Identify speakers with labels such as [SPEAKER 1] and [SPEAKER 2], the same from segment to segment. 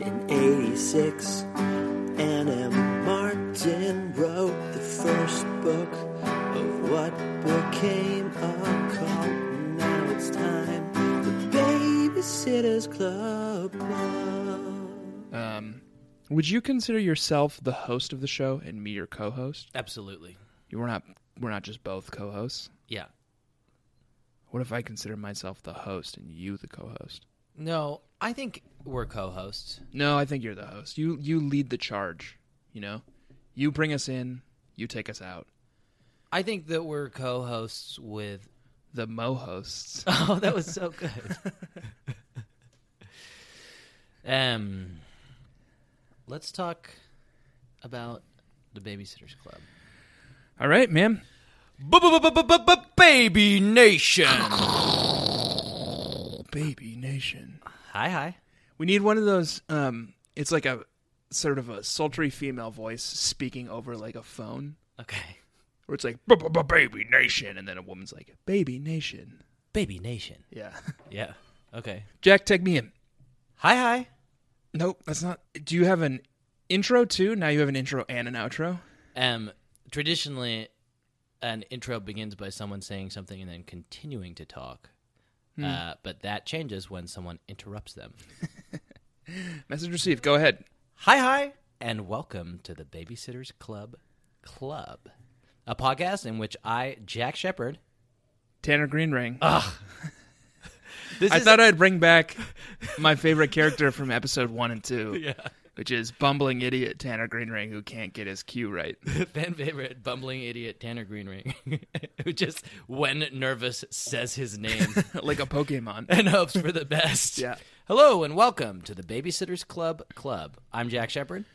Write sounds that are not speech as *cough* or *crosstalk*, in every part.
[SPEAKER 1] in 86. Anna Martin wrote the first book of what became a cult. Now it's time, the Babysitter's Club.
[SPEAKER 2] Um, would you consider yourself the host of the show and me your co-host?
[SPEAKER 3] Absolutely.
[SPEAKER 2] You we're not we're not just both co-hosts.
[SPEAKER 3] Yeah.
[SPEAKER 2] What if I consider myself the host and you the co-host?
[SPEAKER 3] No, I think we're co-hosts.
[SPEAKER 2] No, I think you're the host. You you lead the charge. You know, you bring us in, you take us out.
[SPEAKER 3] I think that we're co-hosts *laughs* with.
[SPEAKER 2] The mo hosts.
[SPEAKER 3] Oh, that was so good. um, let's talk about the Babysitters Club.
[SPEAKER 2] All right, man.
[SPEAKER 3] Baby Nation.
[SPEAKER 2] Baby Nation.
[SPEAKER 3] Hi, hi.
[SPEAKER 2] We need one of those. Um, it's like a sort of a sultry female voice speaking over like a phone,
[SPEAKER 3] Okay.
[SPEAKER 2] where it's like "Baby Nation," and then a woman's like "Baby Nation."
[SPEAKER 3] Baby Nation.
[SPEAKER 2] Yeah. *laughs*
[SPEAKER 3] Yeah. Okay.
[SPEAKER 2] Jack, take me in.
[SPEAKER 3] Hi, hi.
[SPEAKER 2] Nope, that's not. Do you have an intro too? Now you have an intro and an outro.
[SPEAKER 3] Um, traditionally, an intro begins by someone saying something and then continuing to talk. Uh, but that changes when someone interrupts them.
[SPEAKER 2] Message received. Go ahead.
[SPEAKER 3] Hi, hi, and welcome to the Babysitters Club Club, a podcast in which I, Jack Shepard,
[SPEAKER 2] Tanner Greenring.
[SPEAKER 3] this
[SPEAKER 2] I
[SPEAKER 3] is
[SPEAKER 2] thought I'd bring back my favorite character from episode one and two,
[SPEAKER 3] yeah,
[SPEAKER 2] which is bumbling idiot Tanner Greenring who can't get his cue right.
[SPEAKER 3] *laughs*
[SPEAKER 2] *laughs*
[SPEAKER 3] fan favorite bumbling idiot Tanner Greenring, *laughs* who just when nervous says his name *laughs*
[SPEAKER 2] like a Pokemon.
[SPEAKER 3] and hopes for the best.
[SPEAKER 2] Yeah.
[SPEAKER 3] Hello and welcome to the Babysitters Club Club. I'm Jack Shepard.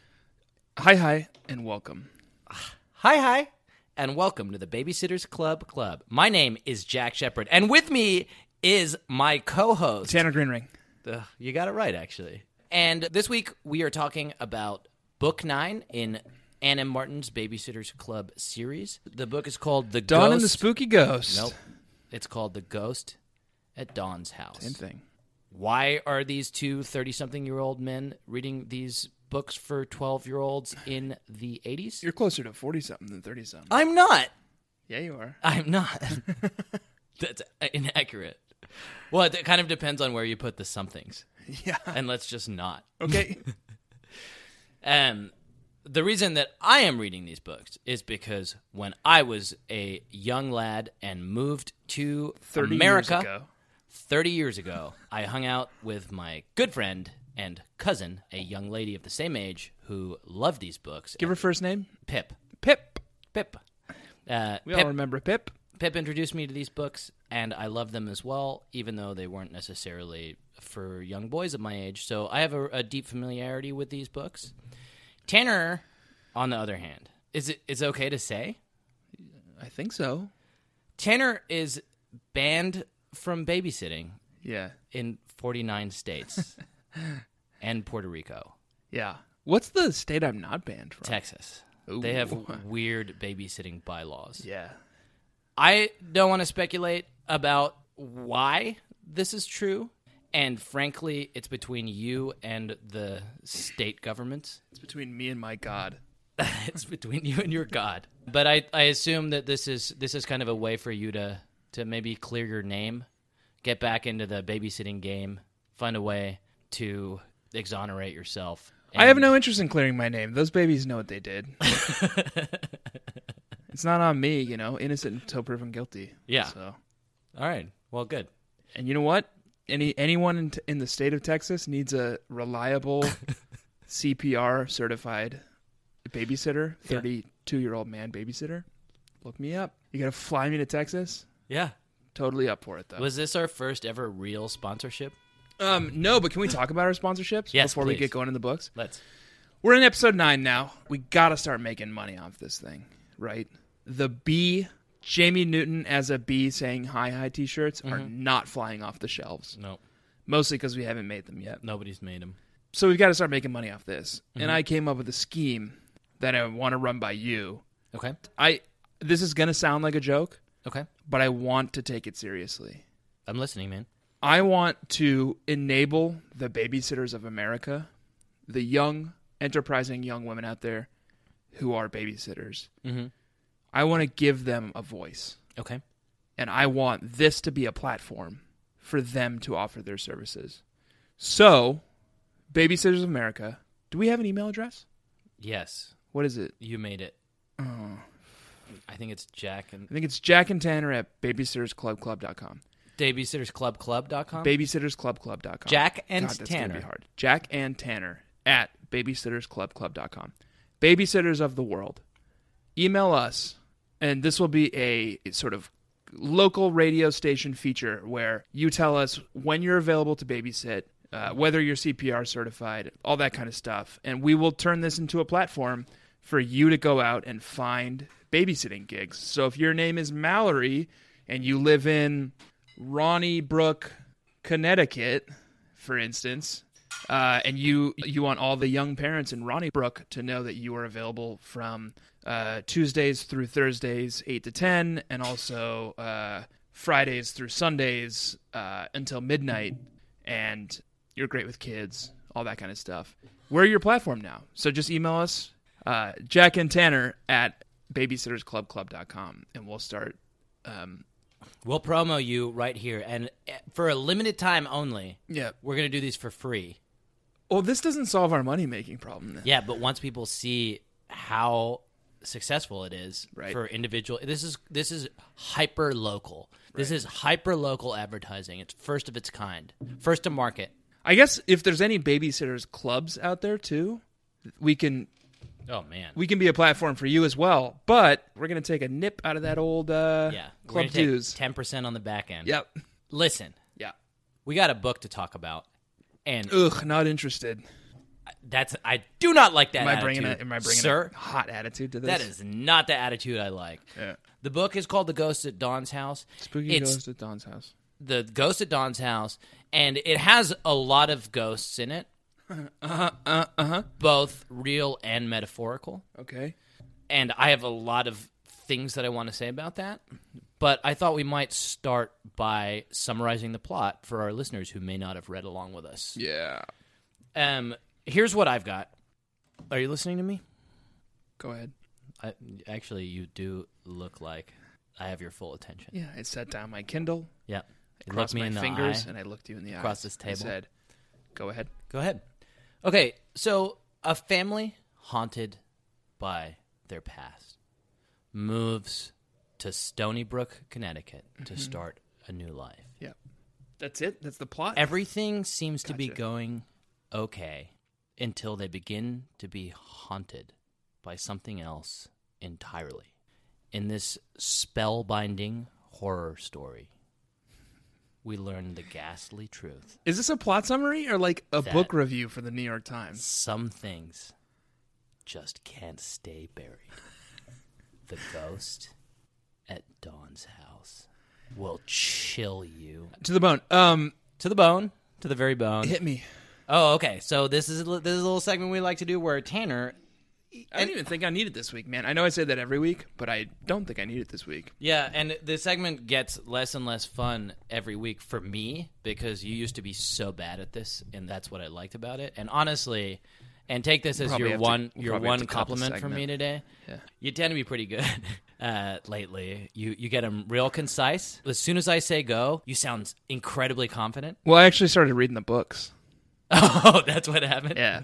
[SPEAKER 2] hi, hi, and welcome.
[SPEAKER 3] Hi, hi, and welcome to the Babysitters Club Club. My name is Jack Shepard, and with me is my co-host.
[SPEAKER 2] Tanner Greenring.
[SPEAKER 3] Ugh, you got it right, actually. And this week we are talking about Book Nine in Anna Martin's Babysitters Club series. The book is called The
[SPEAKER 2] Dawn
[SPEAKER 3] Ghost.
[SPEAKER 2] and the Spooky Ghost.
[SPEAKER 3] Nope, it's called The Ghost at Dawn's House.
[SPEAKER 2] Same thing.
[SPEAKER 3] Why are these two 30 something year old men reading these books for 12 year olds in the 80s?
[SPEAKER 2] You're closer to 40 something than 30 something.
[SPEAKER 3] I'm not.
[SPEAKER 2] Yeah, you are.
[SPEAKER 3] I'm not. *laughs* That's inaccurate. Well, it kind of depends on where you put the somethings,
[SPEAKER 2] Yeah.
[SPEAKER 3] and let's just not.
[SPEAKER 2] Okay.
[SPEAKER 3] Um, the reason that I am reading these books is because when I was a young lad and moved to
[SPEAKER 2] 30
[SPEAKER 3] America
[SPEAKER 2] years ago.
[SPEAKER 3] 30 years ago, I hung out with my good friend and cousin, a young lady of the same age who loved these books.
[SPEAKER 2] Give her first name.
[SPEAKER 3] Pip.
[SPEAKER 2] Pip.
[SPEAKER 3] Pip. Uh,
[SPEAKER 2] We
[SPEAKER 3] Pip
[SPEAKER 2] all remember Pip.
[SPEAKER 3] Pip introduced me to these books, and I love them as well, even though they weren't necessarily for young boys of my age. So I have a, a deep familiarity with these books. Tanner, on the other hand, is it is it okay to say
[SPEAKER 2] I think so.
[SPEAKER 3] Tanner is banned from babysitting
[SPEAKER 2] Yeah.
[SPEAKER 3] in forty nine states and Puerto Rico,
[SPEAKER 2] Yeah. What's the state I'm not banned from?
[SPEAKER 3] Texas. They have
[SPEAKER 2] Ooh.
[SPEAKER 3] weird babysitting bylaws.
[SPEAKER 2] Yeah.
[SPEAKER 3] I don't want to speculate about why this is true. And frankly, it's between you and the state government. *laughs*
[SPEAKER 2] It's between me and my God.
[SPEAKER 3] it's between you and your God. But I, I assume that this is this is kind of a way for you to to maybe clear your name, get back into the babysitting game, find a way to exonerate yourself.
[SPEAKER 2] I have
[SPEAKER 3] And-
[SPEAKER 2] no interest in clearing my name. Those babies know what they
[SPEAKER 3] *laughs*
[SPEAKER 2] did. it's not on me, you know. Innocent until proven guilty.
[SPEAKER 3] Yeah.
[SPEAKER 2] So,
[SPEAKER 3] All right. Well, good.
[SPEAKER 2] and you know what? Any anyone in, t- in the state of Texas needs a
[SPEAKER 3] *laughs*
[SPEAKER 2] reliable CPR certified babysitter,
[SPEAKER 3] Yeah.
[SPEAKER 2] thirty two year old man babysitter. Look me up. You gotta fly me to Texas.
[SPEAKER 3] Yeah.
[SPEAKER 2] Totally up for it though.
[SPEAKER 3] Was this our first ever real sponsorship?
[SPEAKER 2] um, no, but can we talk about our sponsorships
[SPEAKER 3] Yes,
[SPEAKER 2] before we
[SPEAKER 3] please.
[SPEAKER 2] get going in the books?
[SPEAKER 3] Let's.
[SPEAKER 2] We're in episode nine now. We gotta start making money off this thing, right? The bee, Jamie Newton as a bee saying hi hi t shirts are
[SPEAKER 3] Mm-hmm.
[SPEAKER 2] not flying off the shelves,
[SPEAKER 3] No.
[SPEAKER 2] mostly because we haven't made them yet.
[SPEAKER 3] Nobody's made him.
[SPEAKER 2] So we've gotta start making money off this.
[SPEAKER 3] Mm-hmm.
[SPEAKER 2] And I came up with a scheme that I wanna run by you.
[SPEAKER 3] Okay.
[SPEAKER 2] I This is gonna sound like a joke,
[SPEAKER 3] Okay.
[SPEAKER 2] but I want to take it seriously.
[SPEAKER 3] I'm listening, man.
[SPEAKER 2] I want to enable the babysitters of America, the young, enterprising young women out there who are babysitters.
[SPEAKER 3] Mhm.
[SPEAKER 2] I want to give them a voice,
[SPEAKER 3] Okay.
[SPEAKER 2] and I want this to be a platform for them to offer their services. So, Babysitters of America, do we have an email address?
[SPEAKER 3] Yes,
[SPEAKER 2] What is it?
[SPEAKER 3] you made it.
[SPEAKER 2] Oh.
[SPEAKER 3] I think it's Jack and
[SPEAKER 2] I think it's Jack and Tanner at babysittersclubclub.com.
[SPEAKER 3] babysittersclubclub.com.
[SPEAKER 2] babysittersclubclub.com.
[SPEAKER 3] Jack and
[SPEAKER 2] God, that's gonna
[SPEAKER 3] Tanner.
[SPEAKER 2] Be hard. Jack and Tanner at babysittersclubclub.com. Babysitters of the world, email us, and this will be a sort of local radio station feature where you tell us when you're available to babysit. Uh, whether you're CPR certified, all that kind of stuff. And we will turn this into a platform for you to go out and find babysitting gigs. So if your name is Mallory and you live in Ronnie Brook, Connecticut, for instance, uh, and you you want all the young parents in Ronnie Brook to know that you are available from uh, Tuesdays through Thursdays, eight to ten, and also uh, Fridays through Sundays uh, until midnight. And you're great with kids, all that kind of stuff. We're your platform now, so just email us, uh, Jack and Tanner at babysittersclubclub.com, and we'll start. Um,
[SPEAKER 3] We'll promo you right here, and eh, for a limited time only.
[SPEAKER 2] yeah.
[SPEAKER 3] We're gonna do these for free.
[SPEAKER 2] Well, this doesn't solve our money making problem. Then.
[SPEAKER 3] Yeah, but once people see how successful it is
[SPEAKER 2] Right.
[SPEAKER 3] for individual, this is this is hyper local. This is hyper local advertising. It's first of its kind, first to market.
[SPEAKER 2] I guess if there's any babysitters clubs out there too, we can
[SPEAKER 3] Oh man,
[SPEAKER 2] we can be a platform for you as well. But we're gonna take a nip out of that old uh,
[SPEAKER 3] yeah,
[SPEAKER 2] club dues.
[SPEAKER 3] ten percent on the back end.
[SPEAKER 2] yep.
[SPEAKER 3] Listen,
[SPEAKER 2] Yeah.
[SPEAKER 3] we got a book to talk about, and
[SPEAKER 2] Ugh, not interested.
[SPEAKER 3] that's I do not like that.
[SPEAKER 2] Am I bringing a,
[SPEAKER 3] attitude,
[SPEAKER 2] am I bringing
[SPEAKER 3] sir?
[SPEAKER 2] a hot attitude to this?
[SPEAKER 3] That is not the attitude I like.
[SPEAKER 2] Yeah.
[SPEAKER 3] The book is called "The Ghost at Dawn's House."
[SPEAKER 2] spooky
[SPEAKER 3] it's
[SPEAKER 2] ghost at Don's house.
[SPEAKER 3] the ghost at Don's house, and it has a lot of ghosts
[SPEAKER 2] *laughs*
[SPEAKER 3] in it.
[SPEAKER 2] Uh-huh,
[SPEAKER 3] Uh huh. Both real and metaphorical.
[SPEAKER 2] Okay.
[SPEAKER 3] And I have a lot of things that I want to say about that. But I thought we might start by summarizing the plot for our listeners who may not have read along with us.
[SPEAKER 2] Yeah.
[SPEAKER 3] Um, here's what I've got. Are you listening to me?
[SPEAKER 2] Go ahead.
[SPEAKER 3] I, actually, you do look like I have your full attention.
[SPEAKER 2] Yeah. I set down my Kindle,
[SPEAKER 3] Yeah. You
[SPEAKER 2] crossed
[SPEAKER 3] looked me
[SPEAKER 2] my
[SPEAKER 3] in the
[SPEAKER 2] fingers,
[SPEAKER 3] eye.
[SPEAKER 2] and I looked you in the eye.
[SPEAKER 3] Across this
[SPEAKER 2] I
[SPEAKER 3] table.
[SPEAKER 2] said, "Go ahead."
[SPEAKER 3] Go ahead. Okay, so a family haunted by their past moves to Stony Brook, Connecticut to
[SPEAKER 2] Mm-hmm.
[SPEAKER 3] start a new life.
[SPEAKER 2] Yeah. That's it. That's the plot.
[SPEAKER 3] Everything seems to be
[SPEAKER 2] Gotcha.
[SPEAKER 3] going okay until they begin to be haunted by something else entirely in this spellbinding horror story. We learn the ghastly truth.
[SPEAKER 2] Is this a plot summary or like a
[SPEAKER 3] That-
[SPEAKER 2] book review for the New York Times?
[SPEAKER 3] some things just can't stay buried. the ghost at Dawn's house will chill you
[SPEAKER 2] To the bone. Um,
[SPEAKER 3] to the bone, to the very bone.
[SPEAKER 2] hit me.
[SPEAKER 3] Oh, okay. So this is a li- this is a little segment we like to do where Tanner,
[SPEAKER 2] I didn't even think I needed this week, man. I know I say that every week, but I don't think I need it this week.
[SPEAKER 3] yeah, and the segment gets less and less fun every week for me because you used to be so bad at this, and that's what I liked about it. And honestly. And take this as
[SPEAKER 2] Probably
[SPEAKER 3] your
[SPEAKER 2] have to-
[SPEAKER 3] one
[SPEAKER 2] we'll
[SPEAKER 3] your
[SPEAKER 2] probably have
[SPEAKER 3] one
[SPEAKER 2] to cut the
[SPEAKER 3] compliment from me
[SPEAKER 2] segment.
[SPEAKER 3] today. You tend to be pretty good *laughs* uh, lately. You you get them real concise. As soon as I say go, you sound incredibly confident. *laughs*
[SPEAKER 2] Well, I actually started reading the books.
[SPEAKER 3] Oh, that's what happened.
[SPEAKER 2] Yeah.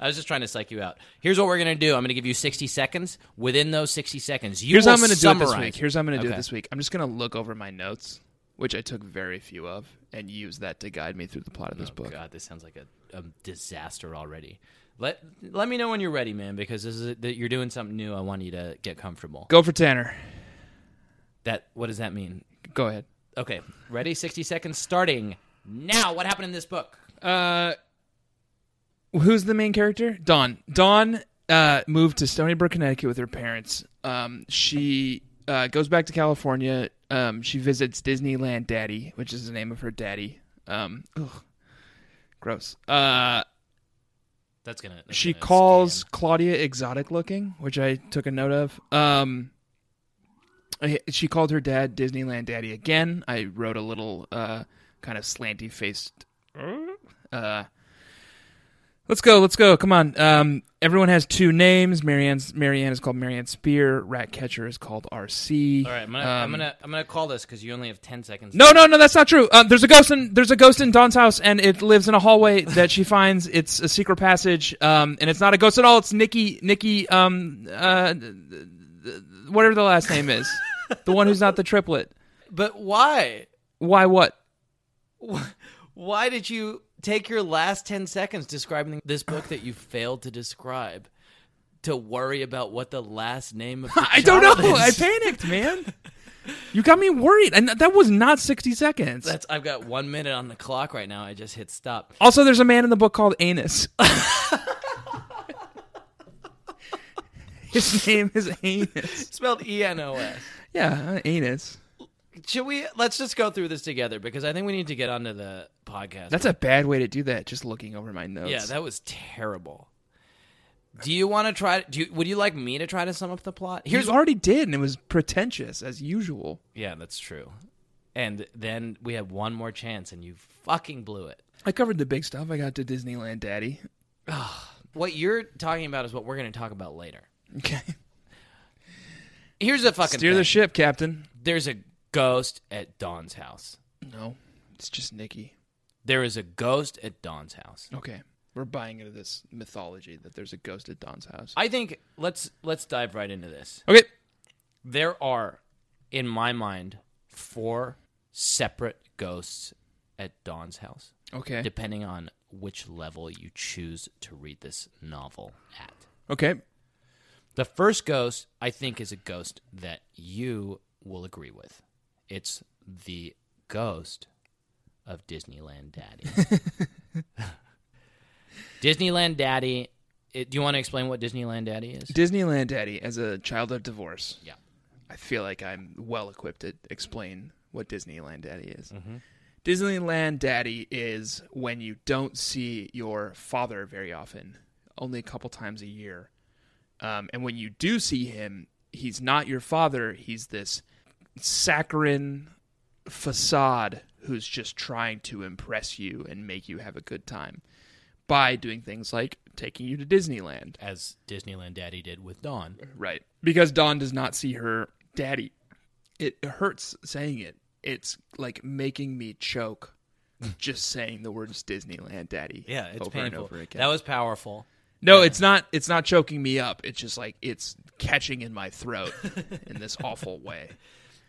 [SPEAKER 3] I was just trying to psych you out. Here's what we're gonna do. I'm gonna give you 60 seconds. Within those 60 seconds, you
[SPEAKER 2] Here's how
[SPEAKER 3] will
[SPEAKER 2] I'm going to do it this
[SPEAKER 3] summarize.
[SPEAKER 2] week. Here's how I'm going to do
[SPEAKER 3] Okay.
[SPEAKER 2] it this week. I'm just going to look over my notes, which I took very few of, and use that to guide me through the plot of this book.
[SPEAKER 3] God, this sounds like a, a disaster already. Let let me know when you're ready, man, because this is that you're doing something new. I want you to get comfortable.
[SPEAKER 2] Go for Tanner.
[SPEAKER 3] That what does that mean?
[SPEAKER 2] Go ahead.
[SPEAKER 3] Okay, ready? 60 seconds starting now. What happened in this book?
[SPEAKER 2] Uh, who's the main character? Dawn. Dawn uh, moved to Stony Brook, Connecticut with her parents. Um, she uh, goes back to California. Um, she visits Disneyland Daddy, which is the name of her daddy. Um, ugh, gross. Uh,
[SPEAKER 3] That's gonna. that's
[SPEAKER 2] she
[SPEAKER 3] gonna
[SPEAKER 2] calls
[SPEAKER 3] scan.
[SPEAKER 2] Claudia exotic looking, which I took a note of. Um, I- she called her dad Disneyland Daddy again. I wrote a little uh, kind of slanty faced uh, Let's go. Let's go. Come on. Um, everyone has two names. Marianne's Marianne is called Marianne Spear. Ratcatcher is called Um, RC.
[SPEAKER 4] All right, I'm gonna, I'm gonna, I'm gonna call this because you only have ten seconds.
[SPEAKER 2] No, no, no, that's not true. Uh, there's a ghost in there's a ghost in Dawn's house, and it lives in a hallway that she finds. It's a secret passage, um, and it's not a ghost at all. It's Nikki, Nikki, um, uh, whatever the last name is, the one who's not the triplet.
[SPEAKER 3] But why?
[SPEAKER 2] Why? What?
[SPEAKER 3] *laughs* Why did you take your last 10 seconds describing
[SPEAKER 4] this book that you failed to describe
[SPEAKER 3] to worry about what the last name
[SPEAKER 2] *laughs*
[SPEAKER 3] of the
[SPEAKER 2] I don't know.
[SPEAKER 3] child is?
[SPEAKER 2] I panicked, man. You got me worried, and that was not sixty seconds.
[SPEAKER 3] *laughs* That's I've got 1 minute on the clock right now. I just hit stop.
[SPEAKER 2] also, there's a man in the book called Anus. His name is Anus.
[SPEAKER 3] Spelled E N O
[SPEAKER 2] *laughs*
[SPEAKER 3] S.
[SPEAKER 2] Yeah, Anus.
[SPEAKER 3] Should we let's just go through this together because I think we need to get onto the podcast.
[SPEAKER 2] That's a bad way to do that. Just looking over my notes.
[SPEAKER 3] yeah, that was terrible. Do you want to try do you, would you like me to try to sum up the plot?
[SPEAKER 2] Here's
[SPEAKER 3] Here's
[SPEAKER 2] you already did, and it was pretentious as usual.
[SPEAKER 3] Yeah, that's true. And then we have one more chance and you fucking blew it.
[SPEAKER 2] I covered the big stuff. I got to Disneyland, Daddy. *laughs*
[SPEAKER 3] What you're talking about is what we're going to talk about later.
[SPEAKER 2] Okay,
[SPEAKER 3] Here's a fucking
[SPEAKER 2] steer
[SPEAKER 3] thing.
[SPEAKER 2] the ship, Captain.
[SPEAKER 3] There's a ghost at Dawn's house.
[SPEAKER 2] No, it's just Nikki.
[SPEAKER 3] There is a ghost at Dawn's house.
[SPEAKER 2] Okay, we're buying into this mythology that there's a ghost at Don's house.
[SPEAKER 3] I think let's let's dive right into this.
[SPEAKER 2] Okay,
[SPEAKER 3] There are in my mind four separate ghosts at Dawn's house
[SPEAKER 2] okay,
[SPEAKER 3] depending on which level you choose to read this novel at.
[SPEAKER 2] okay.
[SPEAKER 3] The first ghost I think is a ghost that you will agree with. It's the ghost of Disneyland Daddy. *laughs* Disneyland Daddy. It, do you want to explain what Disneyland Daddy is?
[SPEAKER 2] Disneyland, Daddy. As a child of divorce,
[SPEAKER 3] yeah.
[SPEAKER 2] I feel like I'm well equipped to explain what Disneyland Daddy is. Disneyland Daddy is when you don't see your father very often, only a couple times a year. Um, and when you do see him, he's not your father. He's this saccharine facade who's just trying to impress you and make you have a good time by doing things like taking you to Disneyland.
[SPEAKER 3] As Disneyland Daddy did with Dawn.
[SPEAKER 2] Right. Because Dawn does not see her daddy. It hurts saying it. It's like making me choke just saying the words Disneyland daddy.
[SPEAKER 3] Yeah, it's
[SPEAKER 2] over and
[SPEAKER 3] painful.
[SPEAKER 2] over again.
[SPEAKER 3] That was powerful.
[SPEAKER 2] no, it's not it's not choking me up. It's just like it's catching in my
[SPEAKER 3] *laughs*
[SPEAKER 2] throat in this awful way.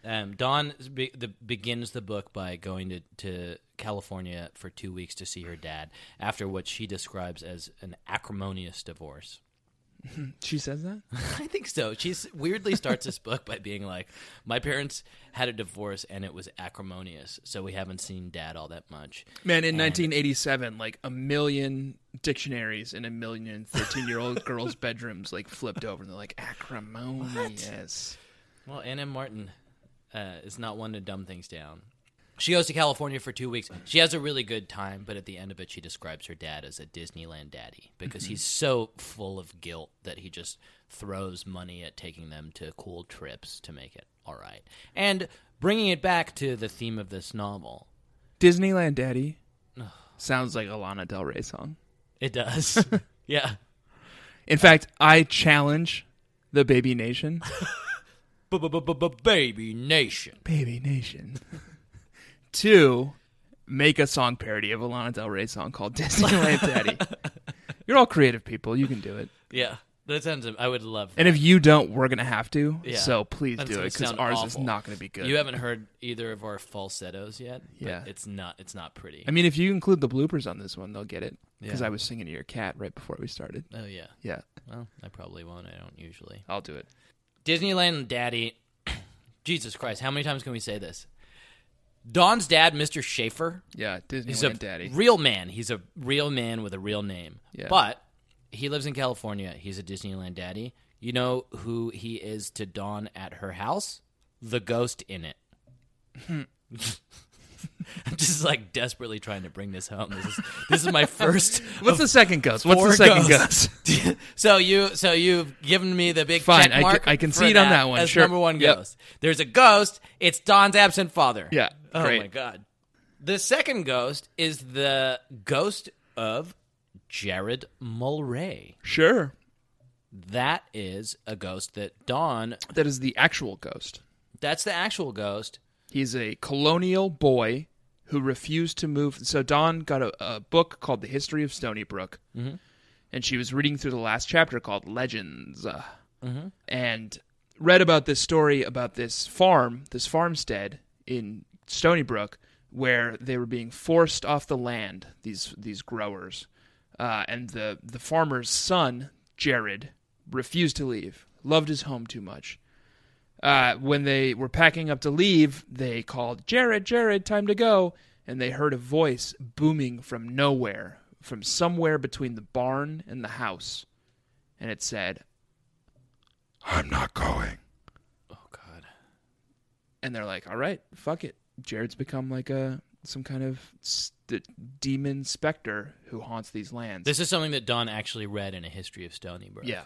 [SPEAKER 3] Um, Dawn be- the, begins the book by going to, to California for two weeks to see her dad after what she describes as an acrimonious divorce.
[SPEAKER 2] She says that?
[SPEAKER 3] I think so. She weirdly starts this book by being like, "My parents had a divorce and it was acrimonious, so we haven't seen Dad all that much."
[SPEAKER 2] Man, in 1987, like a million dictionaries in a million 13-year-old girls' bedrooms like flipped over and they're like acrimonious.
[SPEAKER 3] Well, Anna Martin uh, is not one to dumb things down. She goes to California for two weeks. She has a really good time, but at the end of it, she describes her dad as a Disneyland daddy because he's so full of guilt that he just throws money at taking them to cool trips to make it all right. And bringing it back to the theme of this novel,
[SPEAKER 2] Disneyland Daddy sounds like a Lana Del Rey song.
[SPEAKER 3] it does. *laughs* yeah.
[SPEAKER 2] In fact, I challenge the Baby
[SPEAKER 3] *laughs*
[SPEAKER 2] Nation.
[SPEAKER 3] Baby Nation.
[SPEAKER 2] Baby Nation. *laughs* to make a song parody of a Lana Del Rey song called Disneyland
[SPEAKER 3] *laughs*
[SPEAKER 2] Daddy. You're all creative people. You can do it.
[SPEAKER 3] Yeah, that sounds. I would love.
[SPEAKER 2] And if you don't, we're going to have to.
[SPEAKER 3] Yeah.
[SPEAKER 2] So please
[SPEAKER 3] That's
[SPEAKER 2] do it
[SPEAKER 3] gonna
[SPEAKER 2] because
[SPEAKER 3] sound
[SPEAKER 2] ours is
[SPEAKER 3] awful.
[SPEAKER 2] not going to be good.
[SPEAKER 3] you haven't heard either of our falsettos yet. but
[SPEAKER 2] Yeah.
[SPEAKER 3] it's not. It's not pretty.
[SPEAKER 2] I mean, if you include the bloopers on this one, they'll get it. Because
[SPEAKER 3] Yeah.
[SPEAKER 2] I was singing to your cat right before we started.
[SPEAKER 3] oh yeah.
[SPEAKER 2] Yeah,
[SPEAKER 3] Well, I probably won't. I don't usually.
[SPEAKER 2] I'll do it.
[SPEAKER 3] Disneyland Daddy. *coughs* Jesus Christ, how many times can we say this? Don's dad, Mr. Schaefer,
[SPEAKER 2] Yeah,
[SPEAKER 3] He's a
[SPEAKER 2] Disneyland Daddy.
[SPEAKER 3] real man. He's a real man with a real name.
[SPEAKER 2] Yeah.
[SPEAKER 3] But he lives in California. He's a Disneyland daddy. You know who he is to Dawn at her house? The ghost in it.
[SPEAKER 2] Hmm.
[SPEAKER 3] *laughs* I'm just like desperately trying to bring this home. This is, this is
[SPEAKER 2] *laughs*
[SPEAKER 3] my first.
[SPEAKER 2] What's the second ghost? What's
[SPEAKER 3] four
[SPEAKER 2] the second
[SPEAKER 3] ghosts.
[SPEAKER 2] ghost?
[SPEAKER 3] *laughs* so you so you've given me the big
[SPEAKER 2] Fine,
[SPEAKER 3] check
[SPEAKER 2] I can-
[SPEAKER 3] mark
[SPEAKER 2] I can
[SPEAKER 3] for
[SPEAKER 2] see it on that one,
[SPEAKER 3] As
[SPEAKER 2] sure.
[SPEAKER 3] number one
[SPEAKER 2] Yep.
[SPEAKER 3] ghost. There's a ghost. It's Don's absent father.
[SPEAKER 2] Yeah,
[SPEAKER 3] Oh
[SPEAKER 2] great.
[SPEAKER 3] my god. The second ghost is the ghost of Jared Mulray.
[SPEAKER 2] Sure.
[SPEAKER 3] That is a ghost that Dawn,
[SPEAKER 2] That is the actual ghost.
[SPEAKER 3] that's the actual ghost.
[SPEAKER 2] He's a colonial boy who refused to move. So Dawn got a, a book called The History of Stony Brook, and she was reading through the last chapter called Legends, uh, and read about this story about this farm, this farmstead in Stony Brook, where they were being forced off the land. These these growers, uh, and the the farmer's son Jared refused to leave. Loved his home too much uh, when they were packing up to leave, they called Jared, Jared, time to go. And they heard a voice booming from nowhere, from somewhere between the barn and the house. And it said, I'm not going.
[SPEAKER 3] Oh, God.
[SPEAKER 2] And they're like, all right, fuck it. Jared's become like a some kind of st- demon specter who haunts these lands.
[SPEAKER 3] This is something that Dawn actually read in a history of Stony Brook.
[SPEAKER 2] Yeah.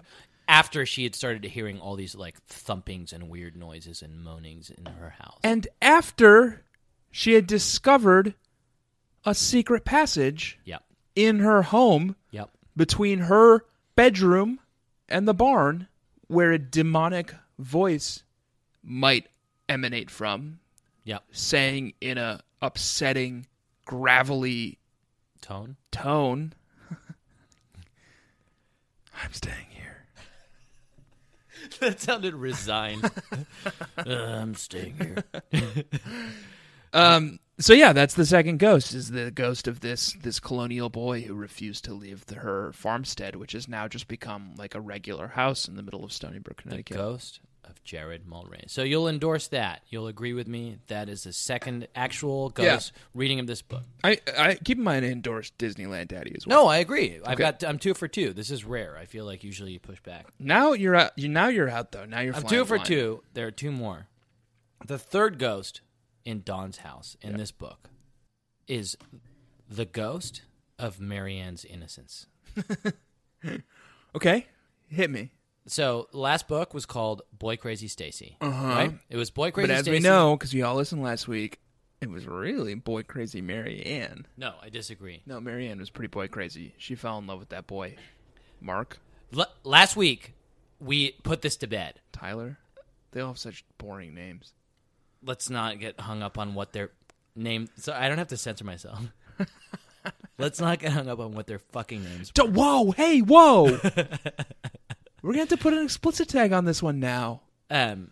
[SPEAKER 3] After she had started hearing all these like thumpings and weird noises and moanings in her house.
[SPEAKER 2] and after she had discovered a secret passage
[SPEAKER 3] yep.
[SPEAKER 2] in her home
[SPEAKER 3] Yep.
[SPEAKER 2] between her bedroom and the barn where a demonic voice might emanate from
[SPEAKER 3] Yep.
[SPEAKER 2] saying in a upsetting gravelly
[SPEAKER 3] Tone.
[SPEAKER 2] tone *laughs* i'm staying here
[SPEAKER 3] that sounded resigned. *laughs* Uh, I'm staying here.
[SPEAKER 2] um so yeah that's the second ghost is the ghost of this this colonial boy who refused to leave the, her farmstead which has now just become like a regular house in the middle of stony brook connecticut
[SPEAKER 3] Ghost of Jared Mulray. So you'll endorse that. You'll agree with me. That is the second actual ghost reading of this book.
[SPEAKER 2] i i keep in mind I endorsed disneyland daddy as well
[SPEAKER 3] No, I agree. I've got. I'm two for two. This is rare. I feel like usually you push back.
[SPEAKER 2] Now you're out. You now you're out though. Now you're.
[SPEAKER 3] I'm
[SPEAKER 2] flying
[SPEAKER 3] two for
[SPEAKER 2] blind.
[SPEAKER 3] two. There are two more. The third ghost in Dawn's house in this book is the ghost of Marianne's innocence.
[SPEAKER 2] Okay, hit me.
[SPEAKER 3] So last book was called Boy Crazy Stacy. Right? It was Boy Crazy
[SPEAKER 2] Uh-huh. but as
[SPEAKER 3] Stacy.
[SPEAKER 2] we know, because we all listened last week, it was really boy crazy Mary Ann.
[SPEAKER 3] No, I disagree.
[SPEAKER 2] No, Mary Ann was pretty boy crazy. She fell in love with that boy, Mark
[SPEAKER 3] L- last week we put this to bed.
[SPEAKER 2] Tyler. They all have such boring names.
[SPEAKER 3] Let's not get hung up on what their name so I don't have to censor myself. *laughs* Let's not get hung up on what their fucking names
[SPEAKER 2] D- whoa! Hey! Whoa! We're gonna have to put an explicit tag on this one now.
[SPEAKER 3] Um,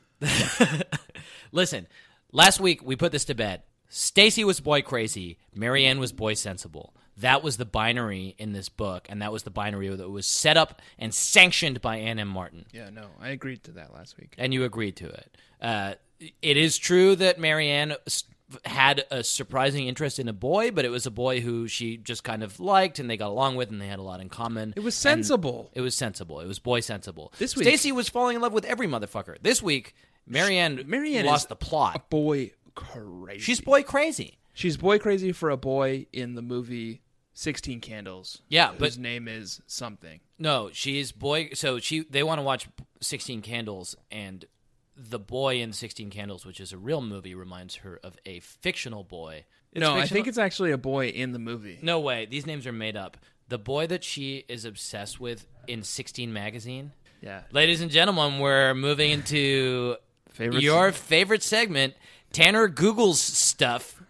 [SPEAKER 3] *laughs* listen, last week we put this to bed. Stacy was boy crazy. Marianne was boy sensible. That was the binary in this book, and that was the binary that was set up and sanctioned by Ann M. Martin.
[SPEAKER 2] Yeah, no, I agreed to that last week.
[SPEAKER 3] And you agreed to it. Uh, it is true that Marianne s- had a surprising interest in a boy, but it was a boy who she just kind of liked and they got along with and they had a lot in common.
[SPEAKER 2] It was sensible.
[SPEAKER 3] It was sensible. It was boy sensible.
[SPEAKER 2] This week-
[SPEAKER 3] Stacy was falling in love with every motherfucker. This week, Marianne,
[SPEAKER 2] Marianne
[SPEAKER 3] lost
[SPEAKER 2] is
[SPEAKER 3] the
[SPEAKER 2] A
[SPEAKER 3] plot.
[SPEAKER 2] boy crazy.
[SPEAKER 3] She's boy crazy.
[SPEAKER 2] She's boy crazy for a boy in the movie Sixteen Candles.
[SPEAKER 3] Yeah,
[SPEAKER 2] whose
[SPEAKER 3] but-
[SPEAKER 2] name is something.
[SPEAKER 3] No, she's boy. So she they want to watch Sixteen Candles, and the boy in Sixteen Candles, which is a real movie, reminds her of a fictional boy.
[SPEAKER 2] no, I
[SPEAKER 3] fictional-
[SPEAKER 2] think it's actually a boy in the movie.
[SPEAKER 3] No way. These names are made up. The boy that she is obsessed with in Sixteen Magazine.
[SPEAKER 2] Yeah,
[SPEAKER 3] Ladies and gentlemen, we're moving into
[SPEAKER 2] Favorites.
[SPEAKER 3] your favorite segment. Tanner Googles stuff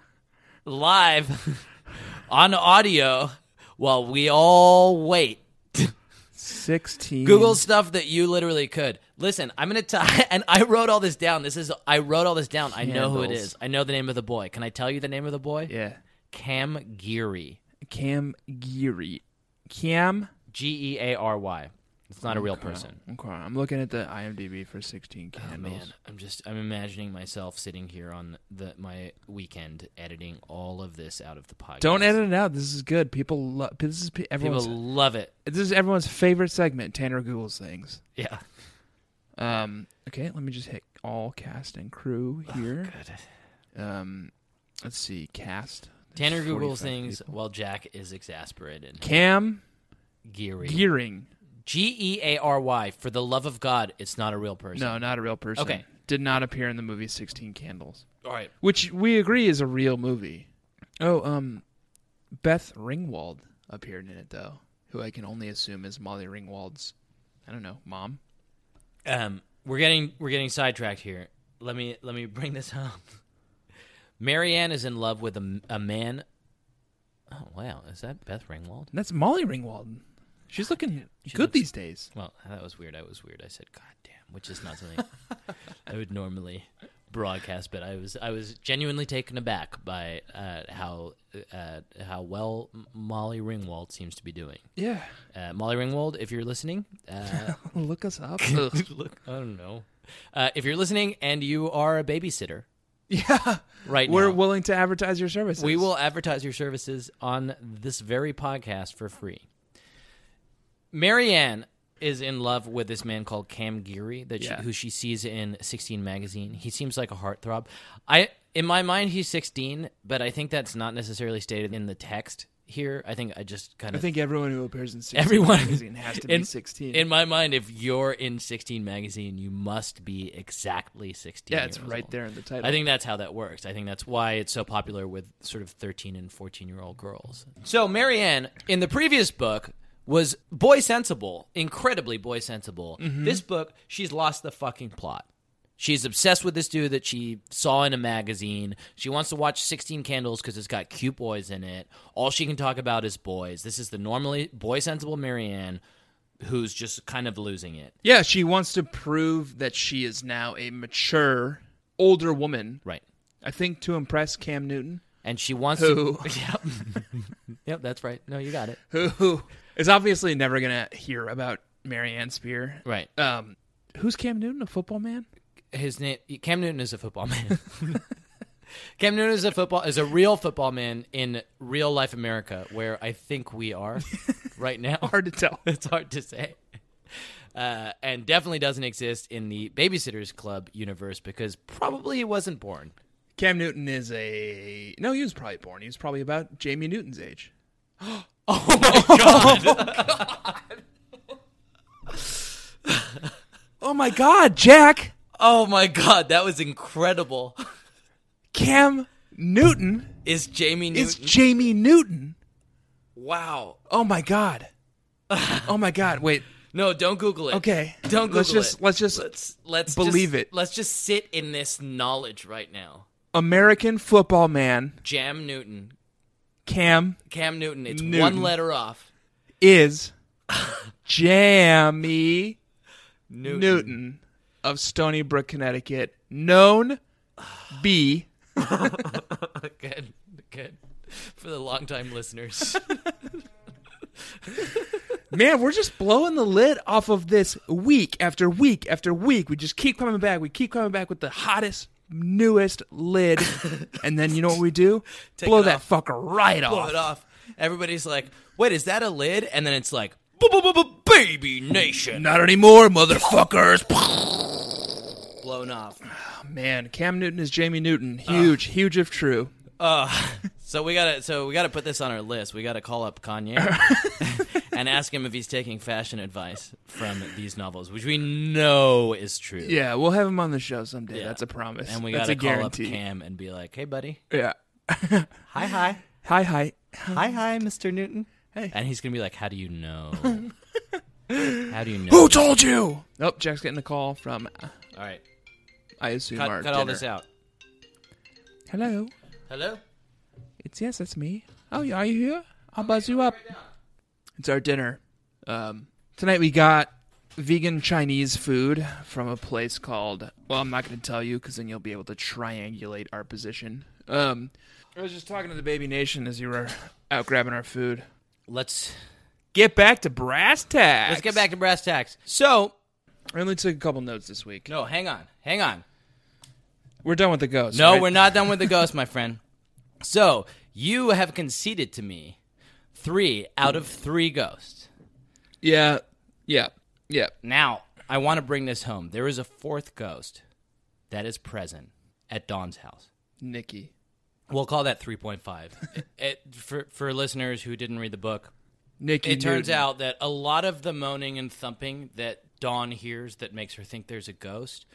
[SPEAKER 3] live *laughs* on audio while we all wait.
[SPEAKER 2] sixteen.
[SPEAKER 3] Google stuff that you literally could. Listen, I'm going to tie, *laughs* and I wrote all this down. This is, I wrote all this down. I know who it
[SPEAKER 2] Candles.
[SPEAKER 3] is. I know the name of the boy. Can I tell you the name of the boy?
[SPEAKER 2] Yeah,
[SPEAKER 3] Cam Geary.
[SPEAKER 2] Cam Geary. Cam. Oh,
[SPEAKER 3] G E A R Y. It's not a real person.
[SPEAKER 2] Okay, I'm looking at the IMDb for sixteen candles.
[SPEAKER 3] Man, I'm just I'm imagining myself sitting here on the my weekend editing all of this out of the podcast.
[SPEAKER 2] Don't edit it out. This is good. People love. This is pe-
[SPEAKER 3] People
[SPEAKER 2] everyone's.
[SPEAKER 3] love it.
[SPEAKER 2] this is everyone's favorite segment. Tanner Google's things.
[SPEAKER 3] Yeah. *laughs*
[SPEAKER 2] Um. Okay, let me just hit all cast and crew here. Um. Let's see. Cast.
[SPEAKER 3] Tanner
[SPEAKER 2] There's 45
[SPEAKER 3] Googles things
[SPEAKER 2] people.
[SPEAKER 3] while Jack is exasperated.
[SPEAKER 2] Cam
[SPEAKER 3] Geary.
[SPEAKER 2] Gearing.
[SPEAKER 3] G E A R Y. For the love of God, it's not a real person.
[SPEAKER 2] No, not a real person.
[SPEAKER 3] Okay.
[SPEAKER 2] Did not appear in the movie Sixteen Candles.
[SPEAKER 3] All right.
[SPEAKER 2] which we agree is a real movie. Oh, um, Beth Ringwald appeared in it though who I can only assume is Molly Ringwald's, I don't know, mom.
[SPEAKER 3] Um, we're getting we're getting sidetracked here. Let me let me bring this home. Marianne is in love with a, m- a man. Oh wow, is that Beth Ringwald?
[SPEAKER 2] And that's Molly Ringwald. She's looking good
[SPEAKER 3] looks-
[SPEAKER 2] these days.
[SPEAKER 3] Well, that was weird. I was weird. I said, "God damn," which is not something I would normally broadcast, but I was I was genuinely taken aback by uh, how uh, how well M- Molly Ringwald seems to be doing.
[SPEAKER 2] Yeah.
[SPEAKER 3] Uh, Molly Ringwald, if you're listening, uh,
[SPEAKER 2] Look us
[SPEAKER 3] *laughs*
[SPEAKER 2] up. Ugh.
[SPEAKER 3] look, I don't know. Uh, if you're listening and you are a babysitter,
[SPEAKER 2] yeah.
[SPEAKER 3] right
[SPEAKER 2] We're
[SPEAKER 3] now,
[SPEAKER 2] willing to advertise your services.
[SPEAKER 3] we will advertise your services on this very podcast for free. Marianne is in love with this man called Cam Geary, that
[SPEAKER 2] Yeah.
[SPEAKER 3] she, who she sees in 16 magazine. He seems like a heartthrob. I, in my mind, he's 16, but I think that's not necessarily stated in the text here. I think I just kind
[SPEAKER 2] I
[SPEAKER 3] of
[SPEAKER 2] think everyone who appears in 16
[SPEAKER 3] Everyone-
[SPEAKER 2] magazine has to be
[SPEAKER 3] in-
[SPEAKER 2] 16.
[SPEAKER 3] in my mind, if you're in 16 magazine, you must be exactly 16.
[SPEAKER 2] yeah, it's
[SPEAKER 3] years
[SPEAKER 2] right
[SPEAKER 3] old.
[SPEAKER 2] there in the title.
[SPEAKER 3] I think that's how that works. I think that's why it's so popular with sort of 13 and 14 year old girls. So, Marianne, in the previous book, was boy sensible, incredibly boy sensible.
[SPEAKER 2] Mm-hmm.
[SPEAKER 3] This book, she's lost the fucking plot. She's obsessed with this dude that she saw in a magazine. She wants to watch 16 Candles because it's got cute boys in it. All she can talk about is boys. This is the normally boy sensible Marianne who's just kind of losing it.
[SPEAKER 2] yeah, she wants to prove that she is now a mature, older woman.
[SPEAKER 3] Right.
[SPEAKER 2] I think to impress Cam Newton,
[SPEAKER 3] And she wants
[SPEAKER 2] who
[SPEAKER 3] to. *laughs* Yep. yep, that's right. No, you got it.
[SPEAKER 2] who is obviously never gonna hear about Marianne Spear.
[SPEAKER 3] Right.
[SPEAKER 2] Um, who's Cam Newton? A football man?
[SPEAKER 3] his name Cam Newton is a football man. *laughs* Cam Newton is a football is a real football man in real life America where I think we *laughs* are right now.
[SPEAKER 2] Hard to tell.
[SPEAKER 3] *laughs* It's hard to say. Uh, and definitely doesn't exist in the Babysitters Club universe because probably he wasn't born.
[SPEAKER 2] Cam Newton is a no. He was probably born. He was probably about Jamie Newton's age. *gasps* *laughs* oh my god! oh my god, Jack!
[SPEAKER 3] Oh my god, that was incredible.
[SPEAKER 2] Cam Newton
[SPEAKER 3] Is Jamie
[SPEAKER 2] is
[SPEAKER 3] Newton
[SPEAKER 2] Jamie Newton.
[SPEAKER 3] Wow.
[SPEAKER 2] Oh my god! Oh my god! Wait.
[SPEAKER 3] No, don't Google it.
[SPEAKER 2] Okay.
[SPEAKER 3] Don't
[SPEAKER 2] let's
[SPEAKER 3] Google
[SPEAKER 2] just
[SPEAKER 3] it.
[SPEAKER 2] let's just
[SPEAKER 3] Let's let's
[SPEAKER 2] Believe
[SPEAKER 3] just-
[SPEAKER 2] it.
[SPEAKER 3] Let's just sit in this knowledge right now.
[SPEAKER 2] American football man
[SPEAKER 3] Jam Newton,
[SPEAKER 2] Cam
[SPEAKER 3] Cam Newton. It's
[SPEAKER 2] Newton.
[SPEAKER 3] one letter off.
[SPEAKER 2] is Jamie
[SPEAKER 3] Newton.
[SPEAKER 2] Newton of Stony Brook, Connecticut, known B.
[SPEAKER 3] *laughs* Good. Good. For the longtime listeners.
[SPEAKER 2] Man, we're just blowing the lid off of this week after week after week. We just keep coming back. We keep coming back with the hottest, newest *laughs* lid. and then you know what we do? Blow
[SPEAKER 3] it
[SPEAKER 2] that fucker right
[SPEAKER 3] Blow
[SPEAKER 2] off.
[SPEAKER 3] it off. Everybody's like, wait, is that a lid? And then it's like, baby nation.
[SPEAKER 2] Not anymore, motherfuckers.
[SPEAKER 3] Blown off.
[SPEAKER 2] *laughs* Man, Cam Newton is Jamie Newton. Huge, huge if true.
[SPEAKER 3] So we gotta so we gotta put this on our list. We gotta call
[SPEAKER 2] *laughs*
[SPEAKER 3] up Kanye and ask him if he's taking fashion advice from these novels, which we know is true.
[SPEAKER 2] Yeah, we'll have him on the show someday.
[SPEAKER 3] Yeah.
[SPEAKER 2] That's a promise.
[SPEAKER 3] And we
[SPEAKER 2] That's
[SPEAKER 3] gotta
[SPEAKER 2] a
[SPEAKER 3] call
[SPEAKER 2] guarantee.
[SPEAKER 3] up Cam and be like, Hey buddy.
[SPEAKER 2] Yeah.
[SPEAKER 3] Hi hi.
[SPEAKER 2] Hi, hi.
[SPEAKER 3] Hi, hi, Mr. Newton.
[SPEAKER 2] Hey.
[SPEAKER 3] And he's going to be like, How do
[SPEAKER 2] *laughs*
[SPEAKER 3] you know? How do you know?
[SPEAKER 2] Who told you? Nope, Jack's getting a call from, uh,
[SPEAKER 3] All right.
[SPEAKER 2] I assume,
[SPEAKER 3] Cut,
[SPEAKER 2] our
[SPEAKER 3] cut all
[SPEAKER 2] dinner.
[SPEAKER 3] this out.
[SPEAKER 2] Hello.
[SPEAKER 3] Hello?
[SPEAKER 2] It's yes, that's me. Oh, yeah, are you here? I'll buzz you up. It's our dinner. Um, tonight we got vegan Chinese food from a place called. Well, I'm not going to tell you because then you'll be able to triangulate our position. Um, I was just talking to the Baby Nation as you were out grabbing our food.
[SPEAKER 3] Let's
[SPEAKER 2] Get back to brass tacks.
[SPEAKER 3] let's get back to brass tacks. So,
[SPEAKER 2] I only took a couple notes this week.
[SPEAKER 3] no, hang on. Hang on.
[SPEAKER 2] We're done with the ghost.
[SPEAKER 3] No,
[SPEAKER 2] right?
[SPEAKER 3] we're not done with the ghost, my friend. So, you have conceded to me 3 out of 3 ghosts.
[SPEAKER 2] Yeah, yeah, yeah.
[SPEAKER 3] Now, I want to bring this home. There is a fourth ghost that is present at Dawn's house.
[SPEAKER 2] Nikki.
[SPEAKER 3] We'll call that 3.5. It- it- for for listeners who didn't read the book,
[SPEAKER 2] Nikki.
[SPEAKER 3] it turns
[SPEAKER 2] Newton.
[SPEAKER 3] out that a lot of the moaning and thumping that Dawn hears that makes her think there's a ghost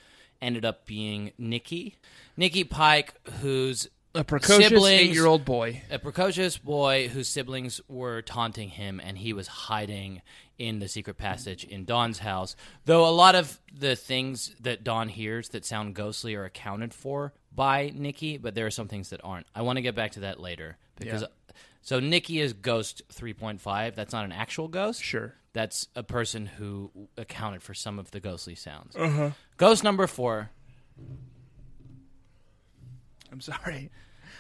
[SPEAKER 3] ended up being Nikki. Nikki Pike, who's
[SPEAKER 5] a precocious
[SPEAKER 3] siblings.
[SPEAKER 5] eight-year-old boy.
[SPEAKER 3] a precocious boy whose siblings were taunting him and he was hiding in the secret passage in Don's house. Though a lot of the things that Don hears that sound ghostly are accounted for by Nikki, but there are some things that aren't. I want to get back to that later because so Nikki is ghost 3.5. That's not an actual ghost.
[SPEAKER 5] Sure.
[SPEAKER 3] That's a person who accounted for some of the ghostly sounds. Uh-huh. Ghost number 4
[SPEAKER 5] I'm sorry.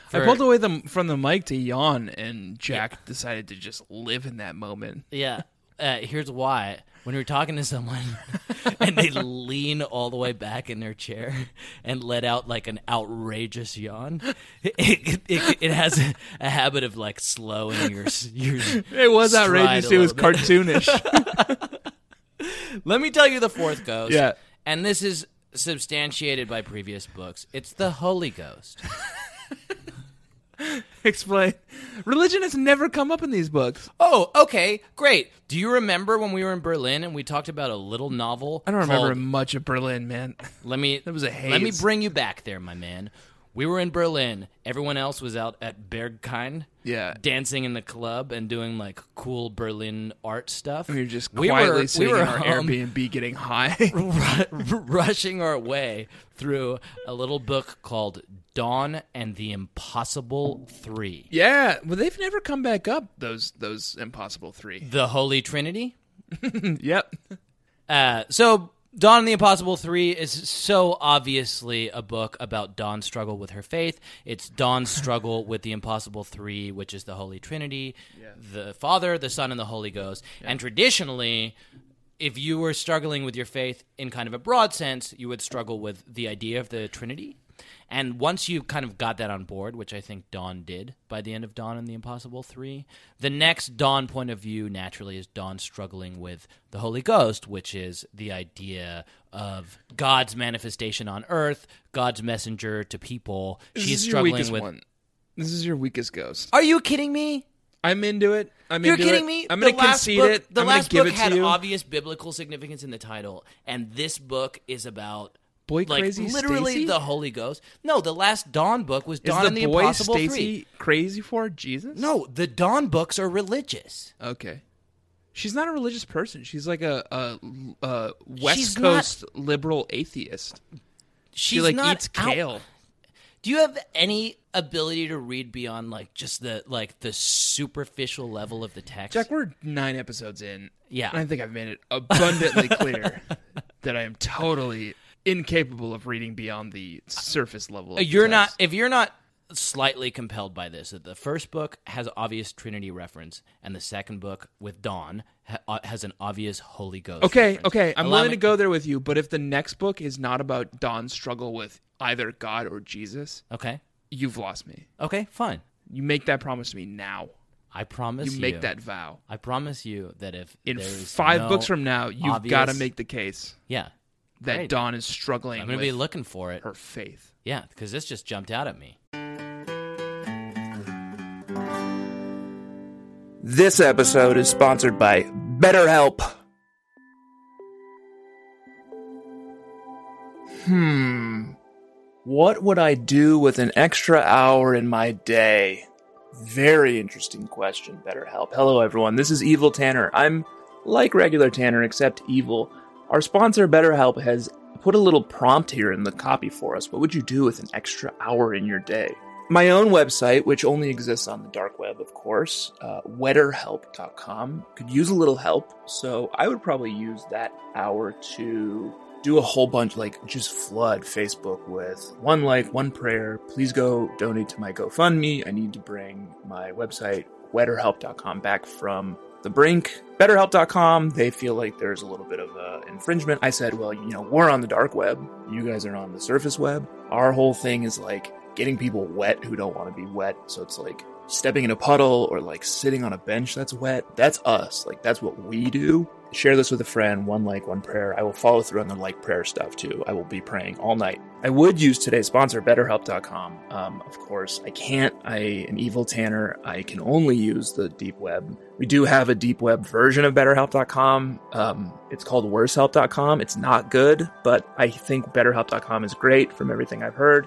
[SPEAKER 5] I
[SPEAKER 3] For-
[SPEAKER 5] pulled away the, from the mic to yawn, and Jack decided to just live in that moment.
[SPEAKER 3] Yeah. Uh, here's why. When you're talking to someone *laughs* and they lean all the way back in their chair and let out like an outrageous yawn, it, it, it, it has a, a habit of like slowing your. s- *laughs* your
[SPEAKER 5] It was outrageous. It was cartoonish. *laughs*
[SPEAKER 3] Let me tell you the fourth ghost.
[SPEAKER 5] Yeah.
[SPEAKER 3] And this is substantiated by previous books. It's the Holy Ghost.
[SPEAKER 5] Explain. Religion has never come up in these books.
[SPEAKER 3] Oh, okay, great. Do you remember when we were in Berlin and we talked about a little novel?
[SPEAKER 5] I don't remember
[SPEAKER 3] called-
[SPEAKER 5] much of Berlin, man. *laughs*
[SPEAKER 3] Let me.
[SPEAKER 5] That was a
[SPEAKER 3] Let me
[SPEAKER 5] haze.
[SPEAKER 3] bring you back there, my man. We were in Berlin. Everyone else was out at Berghain.
[SPEAKER 5] Yeah.
[SPEAKER 3] Dancing in the club and doing like cool Berlin art stuff.
[SPEAKER 5] We were just
[SPEAKER 3] We
[SPEAKER 5] quietly
[SPEAKER 3] were- we
[SPEAKER 5] sitting
[SPEAKER 3] were
[SPEAKER 5] in our
[SPEAKER 3] home.
[SPEAKER 5] Airbnb getting high.
[SPEAKER 3] *laughs* Ru- rushing our way through a little book called Dawn and the Impossible Three.
[SPEAKER 5] *laughs* yeah. Well, they've never come back up, those those Impossible Three.
[SPEAKER 3] The Holy Trinity?
[SPEAKER 5] Yep.
[SPEAKER 3] Uh, so Dawn and the Impossible 3 is so obviously a book about Dawn's struggle with her faith. It's Dawn's struggle with the Impossible 3, which is the Holy Trinity, the Father, the Son, and the Holy Ghost. And traditionally, if you were struggling with your faith in kind of a broad sense, you would struggle with the idea of the Trinity. And once you kind of got that on board, which I think Dawn did by the end of Dawn and the Impossible 3, the next Dawn point of view naturally is Dawn struggling with the Holy Ghost, which is the idea of God's manifestation on earth, God's messenger to people.
[SPEAKER 5] This
[SPEAKER 3] She's
[SPEAKER 5] is your
[SPEAKER 3] struggling
[SPEAKER 5] weakest
[SPEAKER 3] with.
[SPEAKER 5] one. This is your weakest ghost.
[SPEAKER 3] Are you kidding me?
[SPEAKER 5] I'm into it. I'm
[SPEAKER 3] You're
[SPEAKER 5] into
[SPEAKER 3] kidding
[SPEAKER 5] it.
[SPEAKER 3] me?
[SPEAKER 5] I'm going
[SPEAKER 3] The
[SPEAKER 5] to
[SPEAKER 3] last
[SPEAKER 5] concede
[SPEAKER 3] book-
[SPEAKER 5] it.
[SPEAKER 3] The
[SPEAKER 5] I'm
[SPEAKER 3] last
[SPEAKER 5] gonna give
[SPEAKER 3] book
[SPEAKER 5] it to
[SPEAKER 3] had
[SPEAKER 5] you.
[SPEAKER 3] obvious biblical significance in the title, and this book is about
[SPEAKER 5] Boy
[SPEAKER 3] like
[SPEAKER 5] Crazy
[SPEAKER 3] literally
[SPEAKER 5] Stacy?
[SPEAKER 3] the Holy Ghost. No, the last Dawn book was
[SPEAKER 5] Is
[SPEAKER 3] Dawn
[SPEAKER 5] the,
[SPEAKER 3] and the
[SPEAKER 5] boy
[SPEAKER 3] Impossible
[SPEAKER 5] Stacy
[SPEAKER 3] Three.
[SPEAKER 5] crazy for Jesus?
[SPEAKER 3] No, the Dawn books are religious.
[SPEAKER 5] Okay. She's not a religious person. She's like a, a, a West
[SPEAKER 3] She's not-
[SPEAKER 5] Coast liberal atheist.
[SPEAKER 3] She's
[SPEAKER 5] She like
[SPEAKER 3] not
[SPEAKER 5] eats
[SPEAKER 3] out-
[SPEAKER 5] kale.
[SPEAKER 3] Do you have any ability to read beyond like just the like the superficial level of the text?
[SPEAKER 5] Jack, we're nine episodes in.
[SPEAKER 3] Yeah.
[SPEAKER 5] And I think I've made it abundantly *laughs* clear that I am totally incapable of reading beyond the surface level. Of the
[SPEAKER 3] you're not
[SPEAKER 5] text.
[SPEAKER 3] if you're not slightly compelled by this that the first book has obvious trinity reference and the second book with dawn ha- uh, has an obvious holy ghost
[SPEAKER 5] Okay,
[SPEAKER 3] reference.
[SPEAKER 5] okay. I'm
[SPEAKER 3] Allow
[SPEAKER 5] willing
[SPEAKER 3] me-
[SPEAKER 5] to go there with you, but if the next book is not about Don's struggle with either God or Jesus,
[SPEAKER 3] okay
[SPEAKER 5] you've lost me.
[SPEAKER 3] okay fine
[SPEAKER 5] You make that promise to me now.
[SPEAKER 3] i promise
[SPEAKER 5] You make that vow.
[SPEAKER 3] i promise you that if
[SPEAKER 5] In
[SPEAKER 3] there is
[SPEAKER 5] five
[SPEAKER 3] no
[SPEAKER 5] books from now, you've got to
[SPEAKER 3] obvious-
[SPEAKER 5] make the case
[SPEAKER 3] yeah
[SPEAKER 5] that
[SPEAKER 3] Great.
[SPEAKER 5] Dawn is struggling
[SPEAKER 3] i'm gonna
[SPEAKER 5] with
[SPEAKER 3] be looking for it
[SPEAKER 5] her faith.
[SPEAKER 3] yeah because this just jumped out at me
[SPEAKER 2] This episode is sponsored by BetterHelp. Hmm. What would I do with an extra hour in my day? Very interesting question, BetterHelp. Hello, everyone. This is Evil Tanner. I'm like regular Tanner, except evil. Our sponsor, BetterHelp, has put a little prompt here in the copy for us. What would you do with an extra hour in your day? My own website, which only exists on the dark web, of course, uh, wetterhelp.com, could use a little help. So I would probably use that hour to do a whole bunch, like just flood Facebook with one like, one prayer. Please go donate to my GoFundMe. I need to bring my website, wetterhelp.com, back from the brink. BetterHelp.com, they feel like there's a little bit of uh, infringement. I said, well, you know, we're on the dark web. You guys are on the surface web. Our whole thing is like getting people wet who don't want to be wet. So it's like stepping in a puddle or like sitting on a bench that's wet. That's us. Like, that's what we do. Share this with a friend, one like, one prayer. I will follow through on the like prayer stuff too. I will be praying all night. I would use today's sponsor, BetterHelp.com. Um, of course, I can't. I am evil Tanner. I can only use the deep web. We do have a deep web version of BetterHelp.com. Um, it's called WorseHelp.com. It's not good, but I think BetterHelp.com is great from everything I've heard.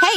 [SPEAKER 6] Hey,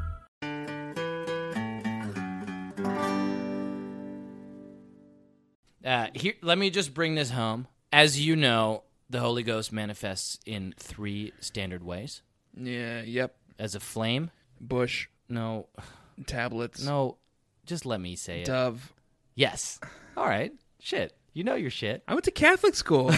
[SPEAKER 3] Uh, here, let me just bring this home. As you know, the Holy Ghost manifests in three standard ways:
[SPEAKER 4] Yeah, yep.
[SPEAKER 3] as a flame.
[SPEAKER 4] Bush,
[SPEAKER 3] No,
[SPEAKER 4] tablets,
[SPEAKER 3] no, just let me say it.
[SPEAKER 4] dove.
[SPEAKER 3] Yes. All right. Shit. You know your shit. *laughs*
[SPEAKER 4] I went to Catholic *laughs* school.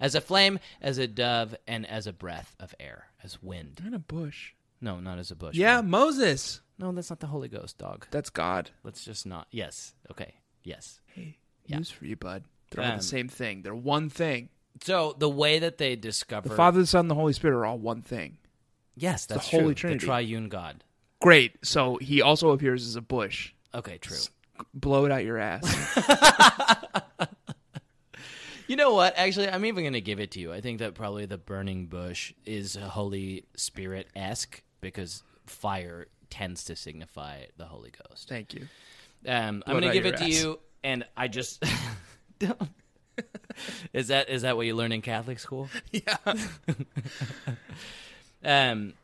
[SPEAKER 3] As a flame, as a dove, and as a breath of air, as wind.
[SPEAKER 4] and a bush.
[SPEAKER 3] No, not as a bush.
[SPEAKER 4] Yeah, Moses.
[SPEAKER 3] No, that's not the Holy Ghost, dog.
[SPEAKER 4] That's God.
[SPEAKER 3] Let's just not. Yes. Okay. Yes.
[SPEAKER 4] Hey,
[SPEAKER 3] Yeah.
[SPEAKER 4] news for you, bud. They're all
[SPEAKER 3] Um,
[SPEAKER 4] the same thing. They're one thing.
[SPEAKER 3] So the way that they discover
[SPEAKER 4] The Father, the Son, and the Holy Spirit are all one thing.
[SPEAKER 3] yes, that's
[SPEAKER 4] Holy
[SPEAKER 3] true.
[SPEAKER 4] Trinity.
[SPEAKER 3] The triune God.
[SPEAKER 4] Great. So he also appears as a bush.
[SPEAKER 3] Okay, true.
[SPEAKER 4] Blow it out your ass.
[SPEAKER 3] You know what? Actually, I'm even going to give it to you. I think that probably the burning bush is Holy Spirit esque because fire tends to signify the Holy Ghost.
[SPEAKER 4] Thank you.
[SPEAKER 3] Um, I'm
[SPEAKER 4] Blow it
[SPEAKER 3] going
[SPEAKER 4] out
[SPEAKER 3] to give
[SPEAKER 4] your
[SPEAKER 3] it to
[SPEAKER 4] ass.
[SPEAKER 3] you, and I just *laughs* don't. is that is that what you learn in Catholic
[SPEAKER 4] *laughs*
[SPEAKER 3] school? Yeah. *laughs* um,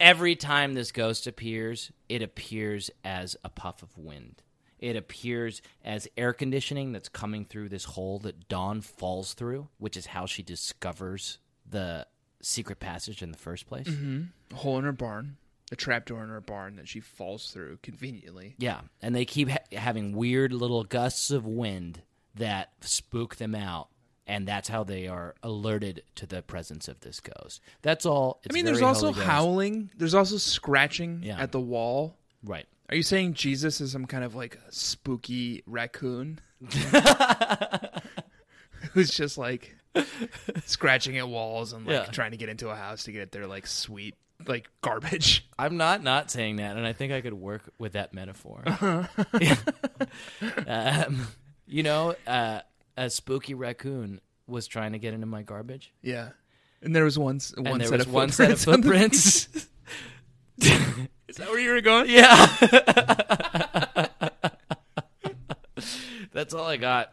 [SPEAKER 3] every time this ghost appears, it appears as a puff of wind. It appears as air conditioning that's coming through this hole that Dawn falls through, which is how she discovers the secret passage in the first place.
[SPEAKER 4] *laughs* A hole in her barn, a trapdoor in her barn that she falls through conveniently.
[SPEAKER 3] Yeah, and they keep ha- having weird little gusts of wind that spook them out, and that's how they are alerted to the presence of this ghost. That's all. It's
[SPEAKER 4] I mean, there's
[SPEAKER 3] very
[SPEAKER 4] also
[SPEAKER 3] Holy Ghost.
[SPEAKER 4] howling. There's also scratching
[SPEAKER 3] Yeah.
[SPEAKER 4] at the wall.
[SPEAKER 3] right.
[SPEAKER 4] Are you saying Jesus is some kind of like spooky raccoon *laughs* who's just like scratching at walls and like
[SPEAKER 3] Yeah.
[SPEAKER 4] trying to get into a house to get at their like sweet like garbage? *laughs*
[SPEAKER 3] I'm not not saying that, and I think I could work with that
[SPEAKER 4] *laughs*
[SPEAKER 3] metaphor. *laughs* Yeah. um, you know, uh, a spooky raccoon was trying to get into my garbage,
[SPEAKER 4] Yeah. And there was one s- one,
[SPEAKER 3] and there
[SPEAKER 4] set,
[SPEAKER 3] was
[SPEAKER 4] of
[SPEAKER 3] one set of
[SPEAKER 4] footprints *laughs* on the-
[SPEAKER 3] footprints. *laughs*
[SPEAKER 4] Is that where you were going? *laughs*
[SPEAKER 3] yeah. That's all I got.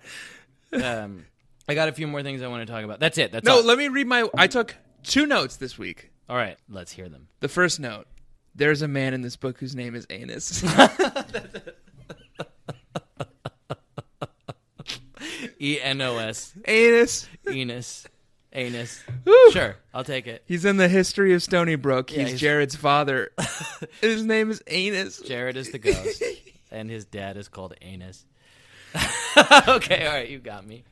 [SPEAKER 3] Um, I got a few more things I want to talk about. That's it. That's
[SPEAKER 4] No,
[SPEAKER 3] all.
[SPEAKER 4] let me read my. I took two notes this week.
[SPEAKER 3] all right, let's hear them.
[SPEAKER 4] The first note: There's a man in this book whose name is Anus. *laughs*
[SPEAKER 3] E N O S,
[SPEAKER 4] Anus.
[SPEAKER 3] Enos, anus.
[SPEAKER 4] Whew.
[SPEAKER 3] Sure, I'll take it.
[SPEAKER 4] He's in the history of Stony Brook. he's,
[SPEAKER 3] he's- *laughs*
[SPEAKER 4] Jared's father. His name is Anus.
[SPEAKER 3] Jared *laughs* is the ghost, and his dad is called Anus. *laughs* okay, all right, you got me.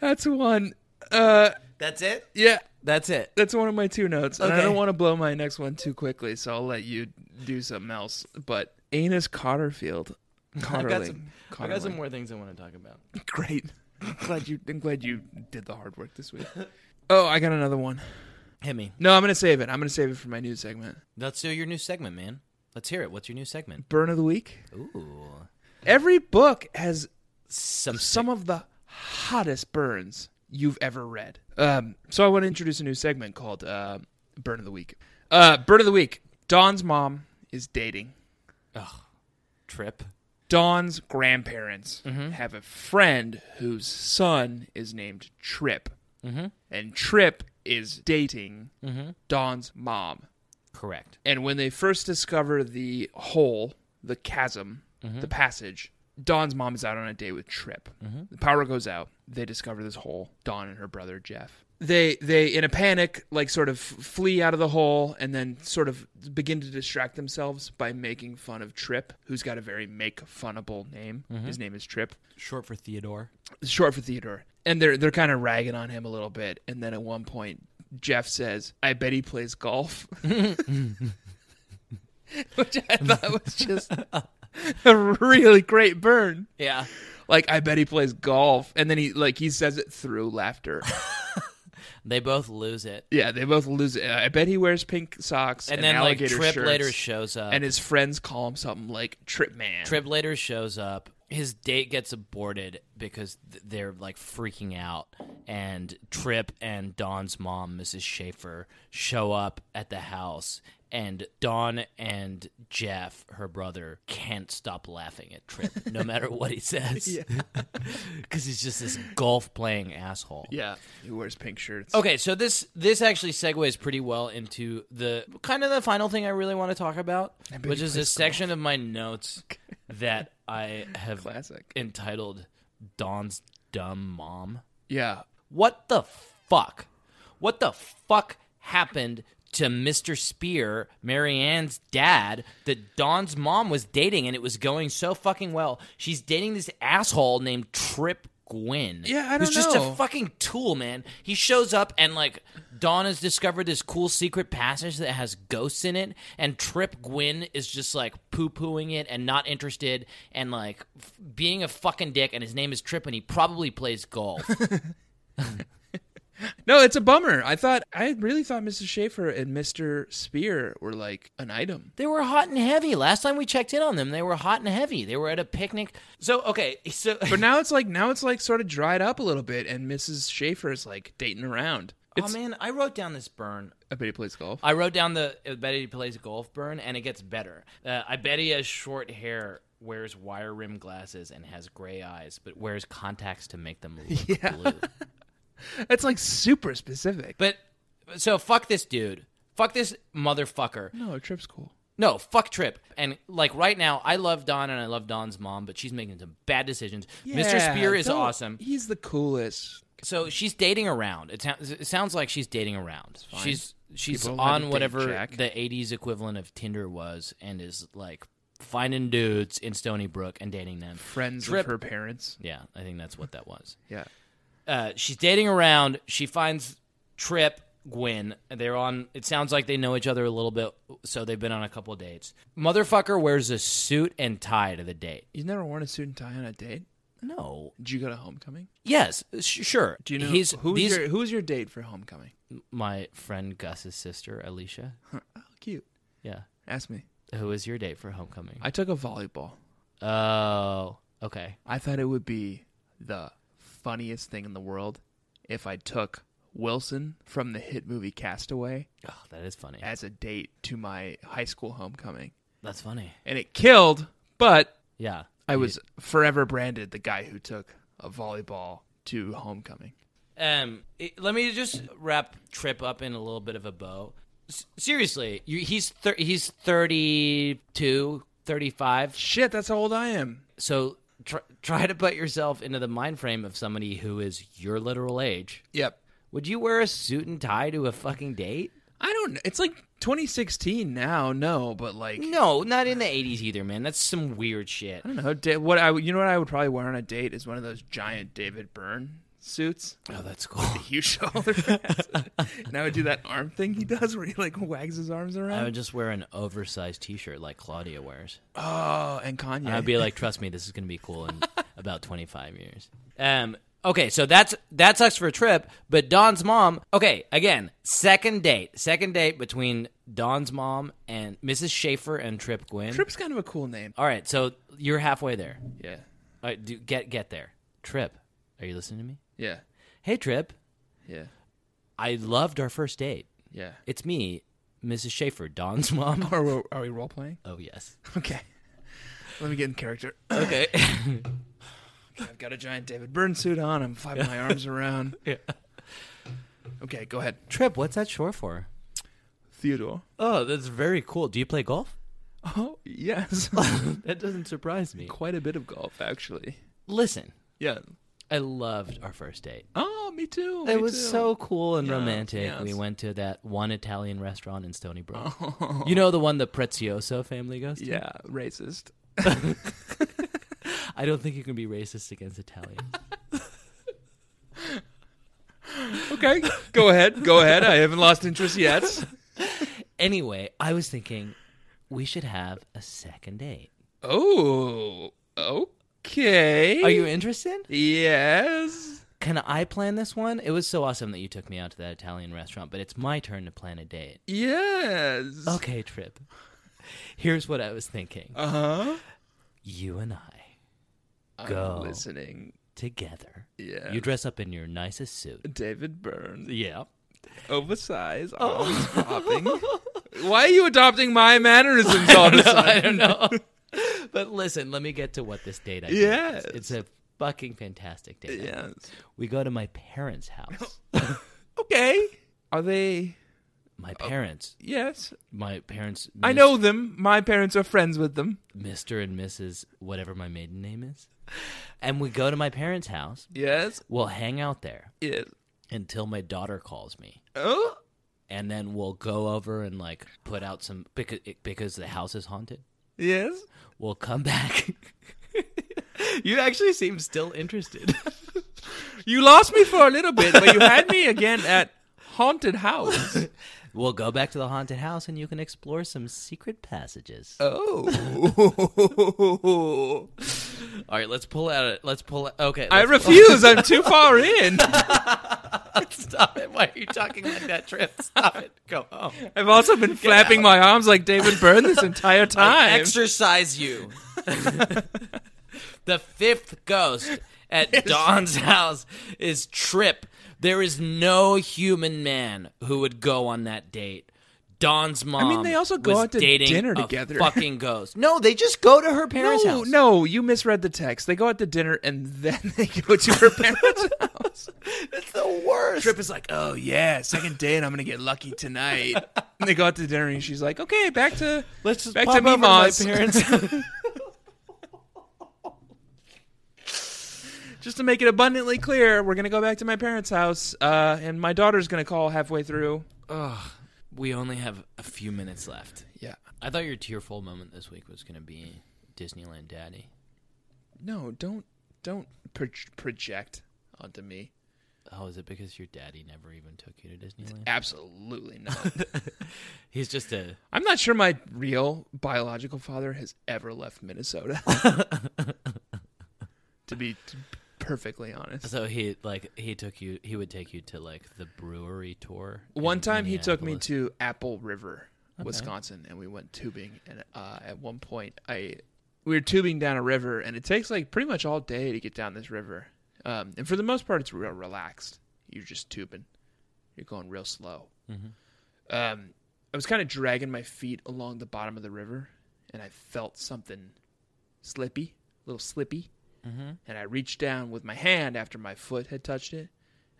[SPEAKER 4] That's one. Uh,
[SPEAKER 3] That's it.
[SPEAKER 4] yeah,
[SPEAKER 3] That's it.
[SPEAKER 4] that's one of my two notes, and I
[SPEAKER 3] Okay.
[SPEAKER 4] don't want to blow my next one too quickly, so I'll let you do something else. But Anus Cotterfield,
[SPEAKER 3] *laughs*
[SPEAKER 4] Cotterling,
[SPEAKER 3] I got some. I got some
[SPEAKER 4] Cotterling.
[SPEAKER 3] more things I want to talk about.
[SPEAKER 4] Great. I'm *laughs* glad you. I'm glad you did the hard work this week. Oh, I got another one.
[SPEAKER 3] Hit me.
[SPEAKER 4] No, I'm gonna save it. I'm gonna save it for my news segment.
[SPEAKER 3] Let's do your new segment, man. Let's hear it. What's your new segment?
[SPEAKER 4] Burn of the week.
[SPEAKER 3] Ooh.
[SPEAKER 4] Every book has
[SPEAKER 3] Some
[SPEAKER 4] some of the hottest burns you've ever read. Um, so I want to introduce a new segment called uh, Burn of the Week. Uh, burn of the Week. Dawn's mom is dating.
[SPEAKER 3] trip.
[SPEAKER 4] Dawn's grandparents have a friend whose son is named Trip. And Trip is dating Dawn's mom.
[SPEAKER 3] Correct.
[SPEAKER 4] And when they first discover the hole, the chasm, the passage, Dawn's mom is out on a date with Trip. The power goes out. They discover this hole, Dawn and her brother Jeff. they they in a panic like sort of flee out of the hole and then sort of begin to distract themselves by making fun of Trip, who's got a very make funnable name. His name is Trip
[SPEAKER 3] Short for Theodore.
[SPEAKER 4] short for Theodore. And they're they're kind of ragging on him a little bit. And then at one point, Jeff says, "I bet he plays golf," *laughs* which
[SPEAKER 3] *laughs*
[SPEAKER 4] I thought was just a really great burn.
[SPEAKER 3] Yeah.
[SPEAKER 4] Like, I bet he plays golf, and then he like he says it through laughter.
[SPEAKER 3] They both lose it.
[SPEAKER 4] yeah, they both lose. It. I bet he wears pink socks and,
[SPEAKER 3] And, then like
[SPEAKER 4] alligator
[SPEAKER 3] Trip
[SPEAKER 4] shirts.
[SPEAKER 3] later shows up.
[SPEAKER 4] and his friends call him something like Trip Man.
[SPEAKER 3] Trip later shows up. His date gets aborted because th- they're like freaking out. And Trip and Dawn's mom, Mrs. Schaefer, show up at the house. And Dawn and Jeff, her brother, can't stop laughing at Trip no matter what he says. *laughs* Because he's just this golf playing asshole.
[SPEAKER 4] Yeah, he wears pink shirts.
[SPEAKER 3] Okay, so this this actually segues pretty well into the kind of the final thing I really want to talk about, which is this section of my notes that I have
[SPEAKER 4] Classic.
[SPEAKER 3] entitled "Dawn's Dumb Mom."
[SPEAKER 4] Yeah,
[SPEAKER 3] What the fuck? What the fuck happened to Mr. Spear, Marianne's dad, that Dawn's mom was dating and it was going so fucking well? She's dating this asshole named Trip Gwyn.
[SPEAKER 4] Yeah, I
[SPEAKER 3] Who's
[SPEAKER 4] don't
[SPEAKER 3] just
[SPEAKER 4] know.
[SPEAKER 3] a fucking tool, man. He shows up and like Dawn has discovered this cool secret passage that has ghosts in it, and Trip Gwyn is just like poo pooing it and not interested and like f- being a fucking dick. And his name is Trip, and he probably plays golf.
[SPEAKER 4] No, it's a bummer. I thought I really thought Mrs. Schaefer and Mr. Spear were like an item.
[SPEAKER 3] They were hot and heavy. Last time we checked in on them, they were hot and heavy. They were at a picnic. So okay, *laughs* so
[SPEAKER 4] But now it's like now it's like sort of dried up a little bit, and Mrs. Schaefer is like dating around.
[SPEAKER 3] oh
[SPEAKER 4] It's,
[SPEAKER 3] man, I wrote down this burn.
[SPEAKER 4] I bet he plays golf.
[SPEAKER 3] I wrote down the uh, Betty plays golf burn, and it gets better. Uh, I bet he has short hair, wears wire rim glasses, and has gray eyes, but wears contacts to make them *laughs* look blue.
[SPEAKER 4] That's like super specific.
[SPEAKER 3] But so fuck this dude. Fuck this motherfucker.
[SPEAKER 4] no, Trip's cool.
[SPEAKER 3] No, fuck Trip. And like right now, I love Don and I love Don's mom, but she's making some bad decisions. Mr.
[SPEAKER 4] Yeah,
[SPEAKER 3] Spear is
[SPEAKER 4] don't-
[SPEAKER 3] awesome.
[SPEAKER 4] He's the coolest.
[SPEAKER 3] So she's dating around. It, sounds it sounds like she's dating around. She's she's
[SPEAKER 4] People had to
[SPEAKER 3] on
[SPEAKER 4] date
[SPEAKER 3] whatever
[SPEAKER 4] Jack.
[SPEAKER 3] the '80s equivalent of Tinder was, and is like finding dudes in Stony Brook and dating them.
[SPEAKER 4] Friends
[SPEAKER 3] Trip-
[SPEAKER 4] of her parents.
[SPEAKER 3] Yeah, I think that's what that was.
[SPEAKER 4] Yeah.
[SPEAKER 3] Uh, she's dating around. She finds Trip Gwen. They're on. It sounds like they know each other a little bit, so they've been on a couple dates. Motherfucker wears a suit and tie to the date.
[SPEAKER 4] He's never worn a suit and tie on a date.
[SPEAKER 3] No.
[SPEAKER 4] Did you go to homecoming?
[SPEAKER 3] Yes. Sh- sure.
[SPEAKER 4] Do you know
[SPEAKER 3] He's,
[SPEAKER 4] who's
[SPEAKER 3] these,
[SPEAKER 4] your who's your date for homecoming? *laughs*
[SPEAKER 3] my friend Gus's sister, Alicia.
[SPEAKER 4] Oh, cute.
[SPEAKER 3] Yeah.
[SPEAKER 4] Ask me.
[SPEAKER 3] Who was your date for homecoming?
[SPEAKER 4] I took a volleyball.
[SPEAKER 3] oh, okay.
[SPEAKER 4] I thought it would be the funniest thing in the world if I took Wilson from the hit movie Castaway
[SPEAKER 3] Oh, that is funny.
[SPEAKER 4] as a date to my high school homecoming.
[SPEAKER 3] That's funny.
[SPEAKER 4] And it killed, but
[SPEAKER 3] Yeah.
[SPEAKER 4] I was forever branded the guy who took a volleyball to homecoming.
[SPEAKER 3] Um, it- let me just wrap Trip up in a little bit of a bow. S- seriously, you, he's thir- he's 32, 35.
[SPEAKER 4] Shit, that's how old I am.
[SPEAKER 3] So tr- try to put yourself into the mind frame of somebody who is your literal age.
[SPEAKER 4] Yep.
[SPEAKER 3] Would you wear a suit and tie to a fucking date?
[SPEAKER 4] I don't It's like 2016 now, no, but like
[SPEAKER 3] No, not in the 80s either, man. That's some weird shit.
[SPEAKER 4] I don't know. da- What I would- you know what I would probably wear on a date is one of those giant David Byrne suits.
[SPEAKER 3] Oh, that's cool.
[SPEAKER 4] huge shoulder *laughs* pads. and I would do that arm thing he does where he like wags his arms
[SPEAKER 7] I
[SPEAKER 4] around.
[SPEAKER 7] would just wear an oversized T-shirt like Claudia wears.
[SPEAKER 4] oh, and Kanye.
[SPEAKER 7] I'd be
[SPEAKER 3] *laughs*
[SPEAKER 7] like, "Trust me, this is going to be cool in about 25 years."
[SPEAKER 3] Um. Okay, so that's that sucks for a trip. But Don's mom. Okay, again, second date, second date between Don's mom and Mrs. Schaefer and Trip Gwynn.
[SPEAKER 4] Trip's kind of a cool name.
[SPEAKER 3] All right, so you're halfway there.
[SPEAKER 4] Yeah.
[SPEAKER 3] All right, do, get get there. Trip, are you listening to me?
[SPEAKER 4] Yeah.
[SPEAKER 3] Hey, Trip.
[SPEAKER 4] Yeah.
[SPEAKER 3] I loved our first date.
[SPEAKER 4] Yeah.
[SPEAKER 3] It's me, Mrs. Schaefer, Don's *laughs* mom.
[SPEAKER 4] Are we, are we role playing?
[SPEAKER 3] Oh yes.
[SPEAKER 4] *laughs* Okay. Let me get in character.
[SPEAKER 3] Okay.
[SPEAKER 4] *laughs* I've got a giant David Byrne suit on. I'm flapping my arms around.
[SPEAKER 3] Yeah.
[SPEAKER 4] Okay, go ahead.
[SPEAKER 3] Trip, what's that short for?
[SPEAKER 4] Theodore.
[SPEAKER 3] Oh, that's very cool. Do you play golf?
[SPEAKER 4] Oh, *laughs* yes.
[SPEAKER 3] That doesn't surprise me.
[SPEAKER 4] Quite a bit of golf, actually.
[SPEAKER 3] Listen,
[SPEAKER 4] Yeah.
[SPEAKER 3] I loved our first date.
[SPEAKER 4] Oh, oh, me too.
[SPEAKER 3] It
[SPEAKER 4] me
[SPEAKER 3] was
[SPEAKER 4] too."
[SPEAKER 3] so cool and romantic.
[SPEAKER 4] yes.
[SPEAKER 3] We went to that one Italian restaurant in Stony Brook. You know the one the Prezioso family goes to?
[SPEAKER 4] Oh. Yeah, racist.
[SPEAKER 3] I don't think you can be racist against
[SPEAKER 4] *laughs*
[SPEAKER 3] Italians.
[SPEAKER 4] Okay, go ahead. Go ahead. I haven't lost interest yet.
[SPEAKER 3] anyway, I was thinking we should have a second date.
[SPEAKER 4] Oh, okay.
[SPEAKER 3] Are you interested?
[SPEAKER 4] Yes.
[SPEAKER 3] Can I plan this one? It was so awesome that you took me out to that Italian restaurant, but it's my turn to plan a date.
[SPEAKER 4] Yes.
[SPEAKER 3] Okay, Trip. Here's what I was thinking.
[SPEAKER 4] Uh huh.
[SPEAKER 3] You and I
[SPEAKER 4] I'm
[SPEAKER 3] Go.
[SPEAKER 4] listening.
[SPEAKER 3] together.
[SPEAKER 4] Yeah.
[SPEAKER 3] You dress up in your nicest suit.
[SPEAKER 4] David Byrne.
[SPEAKER 3] Yeah. Oh.
[SPEAKER 4] Oversized. Always popping. Why are you adopting my mannerisms all of a sudden?
[SPEAKER 3] *laughs* I don't know. but listen, let me get to what this date idea
[SPEAKER 4] Yes.
[SPEAKER 3] is. It's a fucking fantastic date. idea.
[SPEAKER 4] Yes.
[SPEAKER 3] We go to my parents' *laughs* house.
[SPEAKER 4] Okay. Are they?
[SPEAKER 3] My parents.
[SPEAKER 4] Yes.
[SPEAKER 3] My parents.
[SPEAKER 4] I know them. My parents are friends with them.
[SPEAKER 3] Mr. and Mrs. whatever my maiden name is. And we go to my parents' house.
[SPEAKER 4] Yes.
[SPEAKER 3] We'll hang out there
[SPEAKER 4] Yes.
[SPEAKER 3] until my daughter calls me.
[SPEAKER 4] Oh.
[SPEAKER 3] And then we'll go over and like put out some because because the house is haunted.
[SPEAKER 4] Yes.
[SPEAKER 3] We'll come back. *laughs* you actually seem still interested. *laughs*
[SPEAKER 4] You lost me for a little bit, but you had me again at haunted house.
[SPEAKER 3] we'll go back to the haunted house and you can explore some secret passages.
[SPEAKER 4] Oh.
[SPEAKER 3] *laughs* All right, let's pull out. it. Let's pull. Out, okay,
[SPEAKER 4] I
[SPEAKER 3] let's-
[SPEAKER 4] refuse. I'm too far in.
[SPEAKER 3] *laughs* stop it. Why are you talking like that, Trip? Stop it. Go home.
[SPEAKER 4] I've also been flapping my arms like David Byrne this entire time.
[SPEAKER 8] Exercise you. *laughs* the fifth ghost at Dawn's house is Trip. There is no human man who would go on that date. Dawn's mom.
[SPEAKER 4] they also go
[SPEAKER 8] was
[SPEAKER 4] out to
[SPEAKER 8] dating
[SPEAKER 4] dinner
[SPEAKER 8] a
[SPEAKER 4] together.
[SPEAKER 8] Fucking ghost. No, they just go to her parents'
[SPEAKER 4] no,
[SPEAKER 8] house.
[SPEAKER 4] no, you misread the text. They go out to dinner and *laughs* then they go to
[SPEAKER 3] *laughs*
[SPEAKER 4] her parents' house.
[SPEAKER 8] it's the worst.
[SPEAKER 4] Trip is like, oh yeah, second date, I'm gonna get lucky tonight. and they go out to dinner, and she's like, okay, back to
[SPEAKER 3] Let's just
[SPEAKER 4] back
[SPEAKER 3] pop
[SPEAKER 4] to me,
[SPEAKER 3] over to my
[SPEAKER 4] Moz.
[SPEAKER 3] parents.
[SPEAKER 4] *laughs* Just to make it abundantly clear, we're gonna go back to my parents' house, uh, and my daughter's gonna call halfway through.
[SPEAKER 8] We only have a few minutes left.
[SPEAKER 4] Yeah,
[SPEAKER 8] I thought your tearful moment this week was going to be Disneyland Daddy.
[SPEAKER 4] no, don't don't pro- project onto me.
[SPEAKER 8] Oh, is it because your daddy never even took you to Disneyland?
[SPEAKER 4] Absolutely not.
[SPEAKER 8] He's just a
[SPEAKER 4] I'm not sure my real biological father has ever left Minnesota. to be t- perfectly honest.
[SPEAKER 8] So he like he took you he would take you to like the brewery tour.
[SPEAKER 4] One
[SPEAKER 8] in
[SPEAKER 4] time he took me
[SPEAKER 8] Minneapolis.
[SPEAKER 4] to Apple River, Wisconsin, and we went tubing. And uh, at one point, I we were tubing down a river, and it takes like pretty much all day to get down this river. Um, and for the most part, it's real relaxed. You're just tubing. You're going real slow. Um, I was kind of dragging my feet along the bottom of the river, and I felt something slippy, a little slippy. And I reached down with my hand after my foot had touched it,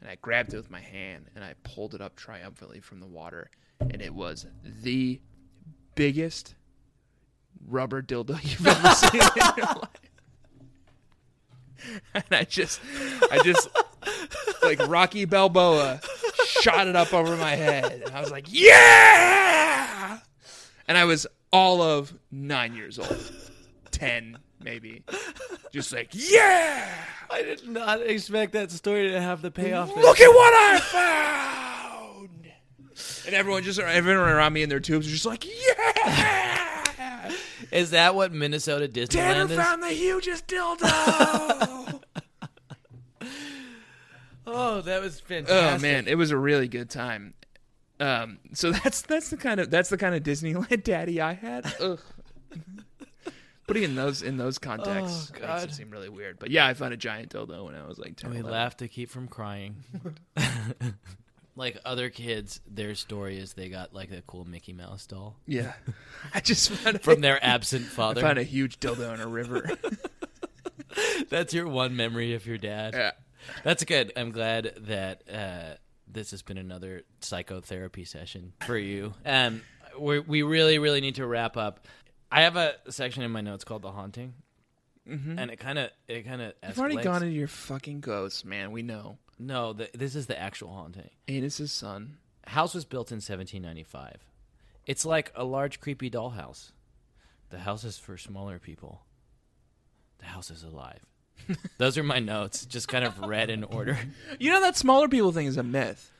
[SPEAKER 4] and I grabbed it with my hand and I pulled it up triumphantly from the water, and it was the biggest rubber dildo *laughs* you've ever seen in your life. And I just, I just, like Rocky Balboa, shot it up over my head, and I was like, yeah! And I was all of nine years old, ten maybe, just like, yeah!
[SPEAKER 3] I did not expect that story to have the payoff. that-
[SPEAKER 4] Look at what I found! And everyone just everyone around me in their tubes is just like, yeah!
[SPEAKER 8] Is that what Minnesota
[SPEAKER 4] Tanner
[SPEAKER 8] Disneyland is?
[SPEAKER 4] found the hugest dildo.
[SPEAKER 8] Oh, that was fantastic.
[SPEAKER 4] *laughs* oh man, it was a really good time. Um, so that's that's the kind of that's the kind of Disneyland *laughs* daddy I had. Ugh. Putting in those in those contexts makes it seem really weird. But yeah, I found a giant dildo when I was like ten.
[SPEAKER 8] We
[SPEAKER 4] 11.
[SPEAKER 8] laughed to keep from
[SPEAKER 4] *laughs*
[SPEAKER 8] crying. like other kids, their story is they got like a cool Mickey Mouse
[SPEAKER 4] *laughs*
[SPEAKER 8] doll
[SPEAKER 4] Yeah, I just found
[SPEAKER 8] from
[SPEAKER 4] a,
[SPEAKER 8] their absent
[SPEAKER 4] I
[SPEAKER 8] father.
[SPEAKER 4] found a huge dildo in
[SPEAKER 8] *laughs*
[SPEAKER 4] a river.
[SPEAKER 8] That's your one memory of your dad.
[SPEAKER 4] yeah.
[SPEAKER 8] That's good. I'm glad that uh, this has been another psychotherapy session for you. Um, we we really, really need to wrap up. I have a section in my notes called "The Haunting," and it kind of it kind of.
[SPEAKER 4] I've already gone into your fucking ghosts, man. We know.
[SPEAKER 3] No, the, this is the actual haunting.
[SPEAKER 4] Anus's son.
[SPEAKER 3] House was built in 1795. It's like a large creepy dollhouse. The house is for smaller people. The house is alive. Those are my notes, just kind of read in order.
[SPEAKER 4] You know that smaller people thing is a myth.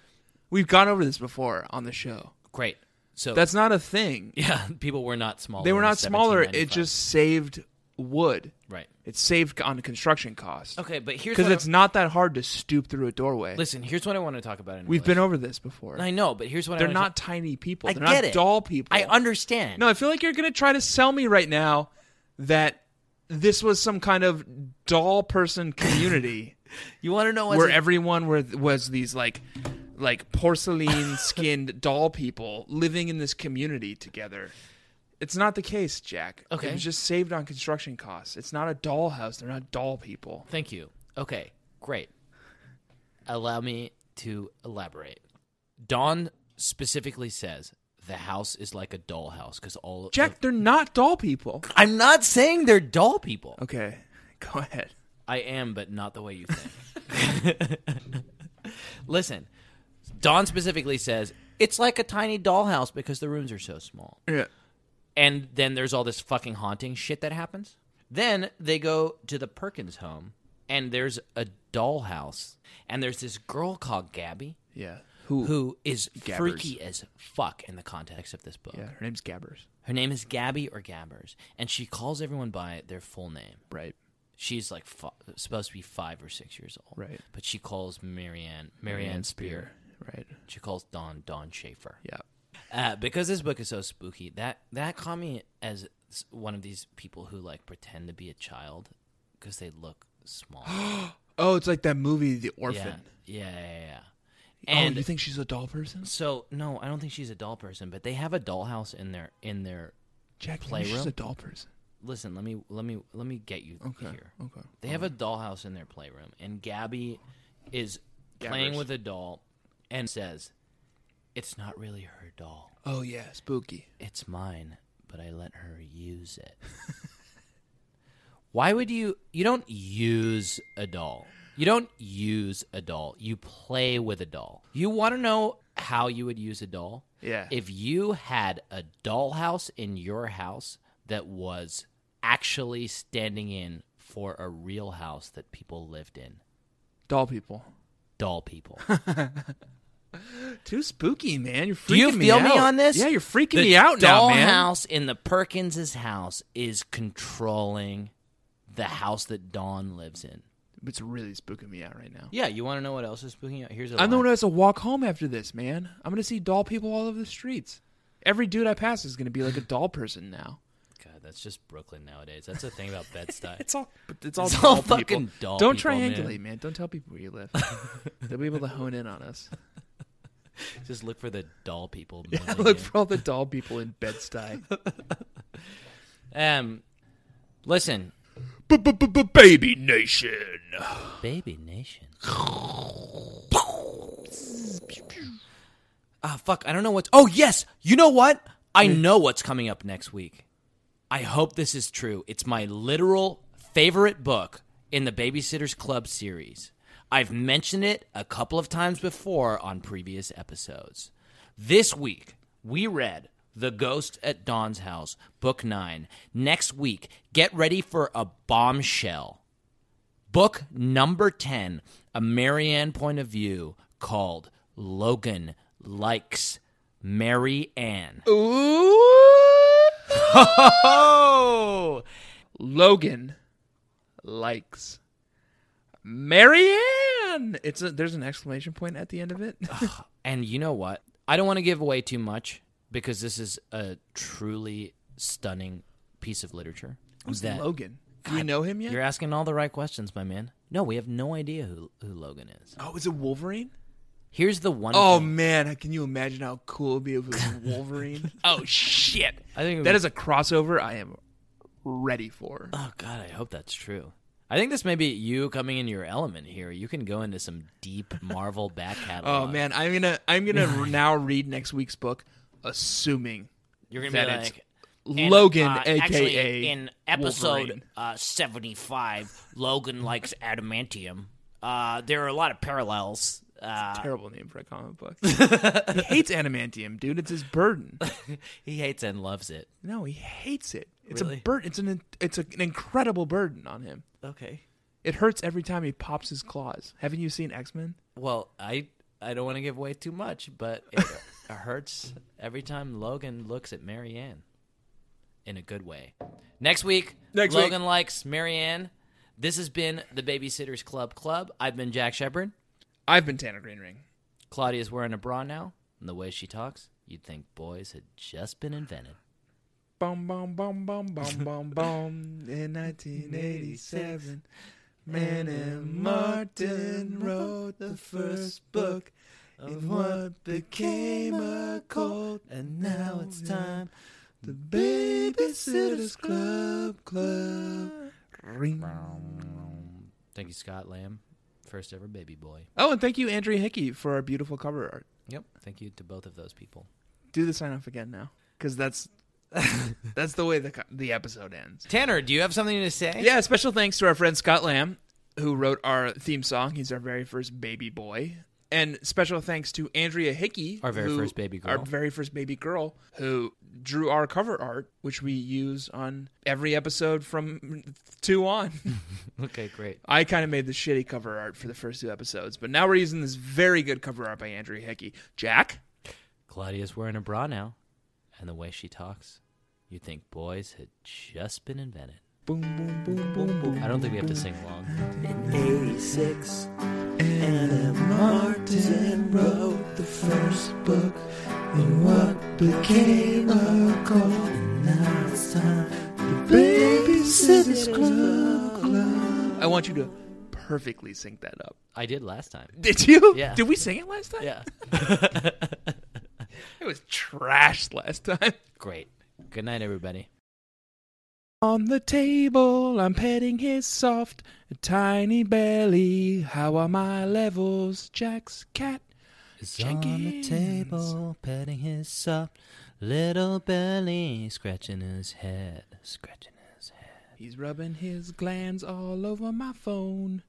[SPEAKER 4] We've gone over this before on the show.
[SPEAKER 3] Great. So
[SPEAKER 4] That's not a thing.
[SPEAKER 3] yeah, *laughs* people were not smaller.
[SPEAKER 4] They were
[SPEAKER 3] Oh, in
[SPEAKER 4] not smaller. It
[SPEAKER 3] 1795.
[SPEAKER 4] just saved wood.
[SPEAKER 3] right.
[SPEAKER 4] It saved on construction costs.
[SPEAKER 3] Okay, but here's
[SPEAKER 4] Because
[SPEAKER 3] what I-
[SPEAKER 4] it's not that hard to stoop through a doorway.
[SPEAKER 3] listen. Here's what I want to talk about. In
[SPEAKER 4] We've been over this before.
[SPEAKER 3] I know, but here's what
[SPEAKER 4] They're
[SPEAKER 3] I wanna
[SPEAKER 4] not
[SPEAKER 3] ta-
[SPEAKER 4] tiny people.
[SPEAKER 3] I
[SPEAKER 4] They're
[SPEAKER 3] get
[SPEAKER 4] not
[SPEAKER 3] it.
[SPEAKER 4] doll people.
[SPEAKER 3] I understand.
[SPEAKER 4] No, I feel like you're going to try to sell me right now that this was some kind of doll
[SPEAKER 3] *laughs*
[SPEAKER 4] person community
[SPEAKER 3] you want to know what's
[SPEAKER 4] where
[SPEAKER 3] in-
[SPEAKER 4] everyone were was these like like porcelain *laughs* skinned doll people living in this community together. It's not the case, Jack.
[SPEAKER 3] Okay.
[SPEAKER 4] It was just saved on construction costs. It's not a doll house. They're not doll people.
[SPEAKER 3] Thank you. Okay, great. Allow me to elaborate. Dawn specifically says the house is like a dollhouse because all of-
[SPEAKER 4] Jack, they're not doll people.
[SPEAKER 3] I'm not saying they're doll people.
[SPEAKER 4] Okay. *laughs* Go ahead.
[SPEAKER 3] I am, but not the way you think. *laughs* Listen, Dawn specifically says it's like a tiny dollhouse because the rooms are so small.
[SPEAKER 4] Yeah.
[SPEAKER 3] And then there's all this fucking haunting shit that happens. Then they go to the Perkins home, and there's a dollhouse, and there's this girl called Gabby
[SPEAKER 4] Yeah. Who
[SPEAKER 3] who is
[SPEAKER 4] Gabbers.
[SPEAKER 3] freaky as fuck in the context of this book.
[SPEAKER 4] Yeah, her name's Gabbers.
[SPEAKER 3] Her name is Gabby or Gabbers, and she calls everyone by their full name.
[SPEAKER 4] Right.
[SPEAKER 3] She's like fi- supposed to be five or six years old,
[SPEAKER 4] Right.
[SPEAKER 3] But she calls Marianne Marianne Spear.
[SPEAKER 4] Right.
[SPEAKER 3] She calls Dawn Dawn Schaefer.
[SPEAKER 4] Yeah.
[SPEAKER 3] Uh, because this book is so spooky, that that caught me as s- one of these people who like pretend to be a child because they look small.
[SPEAKER 4] Oh, it's like that movie The
[SPEAKER 3] yeah,
[SPEAKER 4] *gasps* Orphan.
[SPEAKER 3] yeah, yeah, yeah.
[SPEAKER 4] oh,
[SPEAKER 3] And
[SPEAKER 4] you think she's a doll person?
[SPEAKER 3] so no, I don't think she's a doll person, but they have a dollhouse in their in their.
[SPEAKER 4] Jack, you know she's
[SPEAKER 3] Playroom?
[SPEAKER 4] a doll person.
[SPEAKER 3] Listen, let me let me let me get you
[SPEAKER 4] Okay.
[SPEAKER 3] here.
[SPEAKER 4] Okay.
[SPEAKER 3] They have a dollhouse in their playroom, and Gabby is playing
[SPEAKER 4] Gabbers.
[SPEAKER 3] with a doll and says, "It's not really her doll."
[SPEAKER 4] Oh yeah, spooky.
[SPEAKER 3] It's mine, but I let her use it. Why would you? You don't use a doll. You don't use a doll. You play with a doll. You want to know how you would use a doll?
[SPEAKER 4] Yeah.
[SPEAKER 3] If you had a dollhouse in your house that was actually standing in for a real house that people lived in,
[SPEAKER 4] Doll people.
[SPEAKER 3] doll people. *laughs*
[SPEAKER 4] Too spooky, man. You're freaking
[SPEAKER 3] Do you feel me,
[SPEAKER 4] out.
[SPEAKER 3] on this?
[SPEAKER 4] Yeah, you're freaking
[SPEAKER 3] The
[SPEAKER 4] me out now, man.
[SPEAKER 3] Dollhouse in the Perkins' house is controlling the house that Dawn lives in.
[SPEAKER 4] It's really spooking me out right now.
[SPEAKER 3] Yeah, you want to know what else is spooking out? Here's a
[SPEAKER 4] I'm the
[SPEAKER 3] line.
[SPEAKER 4] one who has to walk home after this, man. I'm gonna see doll people all over the streets. Every dude I pass is gonna be like a doll person now.
[SPEAKER 3] God, that's just Brooklyn nowadays. That's the thing about Bed Stuy. *laughs*
[SPEAKER 4] It's all, but it's all,
[SPEAKER 3] It's
[SPEAKER 4] doll
[SPEAKER 3] all
[SPEAKER 4] people.
[SPEAKER 3] fucking doll
[SPEAKER 4] Don't
[SPEAKER 3] people, man.
[SPEAKER 4] triangulate, man. Don't tell people where you *laughs* live. They'll be able to hone in on *laughs* us.
[SPEAKER 3] just look for the doll people. milling
[SPEAKER 4] Look
[SPEAKER 3] in.
[SPEAKER 4] for all the doll people in Bed Stuy.
[SPEAKER 3] um, listen,
[SPEAKER 4] Baby Nation.
[SPEAKER 3] Baby Nation. Ah, fuck. I don't know what's. Oh, yes. You know what? I know what's coming up next week. I hope this is true. It's my literal favorite book in the Babysitters Club series. I've mentioned it a couple of times before on previous episodes. This week, we read The Ghost at Dawn's House, Book 9. Next week, get ready for a bombshell book number 10, a Marianne point of view called Logan Likes Mary
[SPEAKER 4] *laughs*
[SPEAKER 3] Ann. Ooh.
[SPEAKER 4] Logan likes Marianne. It's a, there's an exclamation point at the
[SPEAKER 3] *laughs*
[SPEAKER 4] end of it.
[SPEAKER 3] and you know what? I don't want to give away too much because this is a truly stunning piece of literature.
[SPEAKER 4] Who's Logan? Do you know him yet?
[SPEAKER 3] You're asking all the right questions, my man. No, we have no idea who, who Logan is.
[SPEAKER 4] oh, is it Wolverine?
[SPEAKER 3] Here's the one.
[SPEAKER 4] Oh
[SPEAKER 3] thing-
[SPEAKER 4] man, can you imagine how cool it'd be if it
[SPEAKER 3] *laughs*
[SPEAKER 4] was Wolverine? oh shit!
[SPEAKER 3] I think it
[SPEAKER 4] that
[SPEAKER 3] would-
[SPEAKER 4] is a crossover I am ready for.
[SPEAKER 3] Oh God, I hope that's true. I think this may be you coming into your element here. You can go into some deep Marvel back
[SPEAKER 4] *laughs* Oh
[SPEAKER 3] catalog.
[SPEAKER 4] man, I'm gonna
[SPEAKER 3] *laughs*
[SPEAKER 4] I'm gonna now read next week's book, assuming
[SPEAKER 3] you're gonna
[SPEAKER 4] that
[SPEAKER 3] be
[SPEAKER 4] it's
[SPEAKER 3] like and,
[SPEAKER 4] Logan,
[SPEAKER 3] uh,
[SPEAKER 4] aka
[SPEAKER 3] actually, in episode
[SPEAKER 4] Wolverine.
[SPEAKER 3] uh, seventy five. Logan likes *laughs* adamantium.
[SPEAKER 9] Uh, there are a lot of parallels. Uh,
[SPEAKER 4] Terrible name for a
[SPEAKER 3] *laughs*
[SPEAKER 4] comic book. he hates adamantium, dude. It's his burden.
[SPEAKER 3] He hates and loves it.
[SPEAKER 4] No, he hates it. It's
[SPEAKER 9] Really?
[SPEAKER 4] a burden. It's an it's a, an incredible burden on him.
[SPEAKER 9] okay.
[SPEAKER 4] It hurts every time he pops his claws. Haven't you seen X Men?
[SPEAKER 3] Well, I I don't want to give away too much, but it hurts every time Logan looks at Marianne in a good way. Next week,
[SPEAKER 10] Next week.
[SPEAKER 3] Logan likes Marianne. This has been the Babysitters Club Club. I've been Jack Shepard.
[SPEAKER 4] I've been Tanner Green Ring.
[SPEAKER 3] Claudia's wearing a bra now, and the way she talks, you'd think boys had just been invented.
[SPEAKER 4] Boom, boom, boom, boom, boom, boom, boom. In *laughs* 1987, Man and Martin wrote the first book of what became a cult, and now it's time. The Babysitters Club Club. Ring.
[SPEAKER 3] Thank you, Scott Lamb, first ever baby boy.
[SPEAKER 4] Oh, and thank you, Andrea Hickey, for our beautiful cover art.
[SPEAKER 3] Yep. Thank you to both of those people.
[SPEAKER 4] Do the sign off again now, because *laughs* that's that's the way the co- the episode ends.
[SPEAKER 3] Tanner, do you have something to say?
[SPEAKER 4] Yeah, special thanks to our friend Scott Lamb, who wrote our theme song. He's our very first baby boy. And special thanks to Andrea Hickey,
[SPEAKER 3] Our very
[SPEAKER 4] who-
[SPEAKER 3] first baby girl.
[SPEAKER 4] our very first baby girl, who drew our cover art, which we use on every episode from two on.
[SPEAKER 3] *laughs*
[SPEAKER 4] *laughs*
[SPEAKER 3] Okay, great.
[SPEAKER 4] I kind of made the shitty cover art for the first two episodes, but now we're using this very good cover art by Andrea Hickey. Jack,
[SPEAKER 3] Claudia's wearing a bra now, and the way she talks, you'd think boys had just been invented.
[SPEAKER 4] boom, boom, boom, boom, boom.
[SPEAKER 3] I don't think we have to sing long.
[SPEAKER 1] 86. Anna Martin wrote the first book in what became a cult. And now it's time the Babysitters Club. Club.
[SPEAKER 4] I want you to perfectly sync that up.
[SPEAKER 3] I *laughs* did last time.
[SPEAKER 4] Did you?
[SPEAKER 3] Yeah.
[SPEAKER 4] Did we sing it last time?
[SPEAKER 3] Yeah. *laughs*
[SPEAKER 4] It was trashed last *laughs* time.
[SPEAKER 3] Great. Good night, everybody.
[SPEAKER 4] On the table, I'm petting his soft, tiny belly. How are my levels, Jack's cat?
[SPEAKER 3] Is on the
[SPEAKER 4] Jenkins.
[SPEAKER 3] table, petting his soft little belly, scratching his head, scratching his head.
[SPEAKER 4] He's rubbing his glands all over my phone.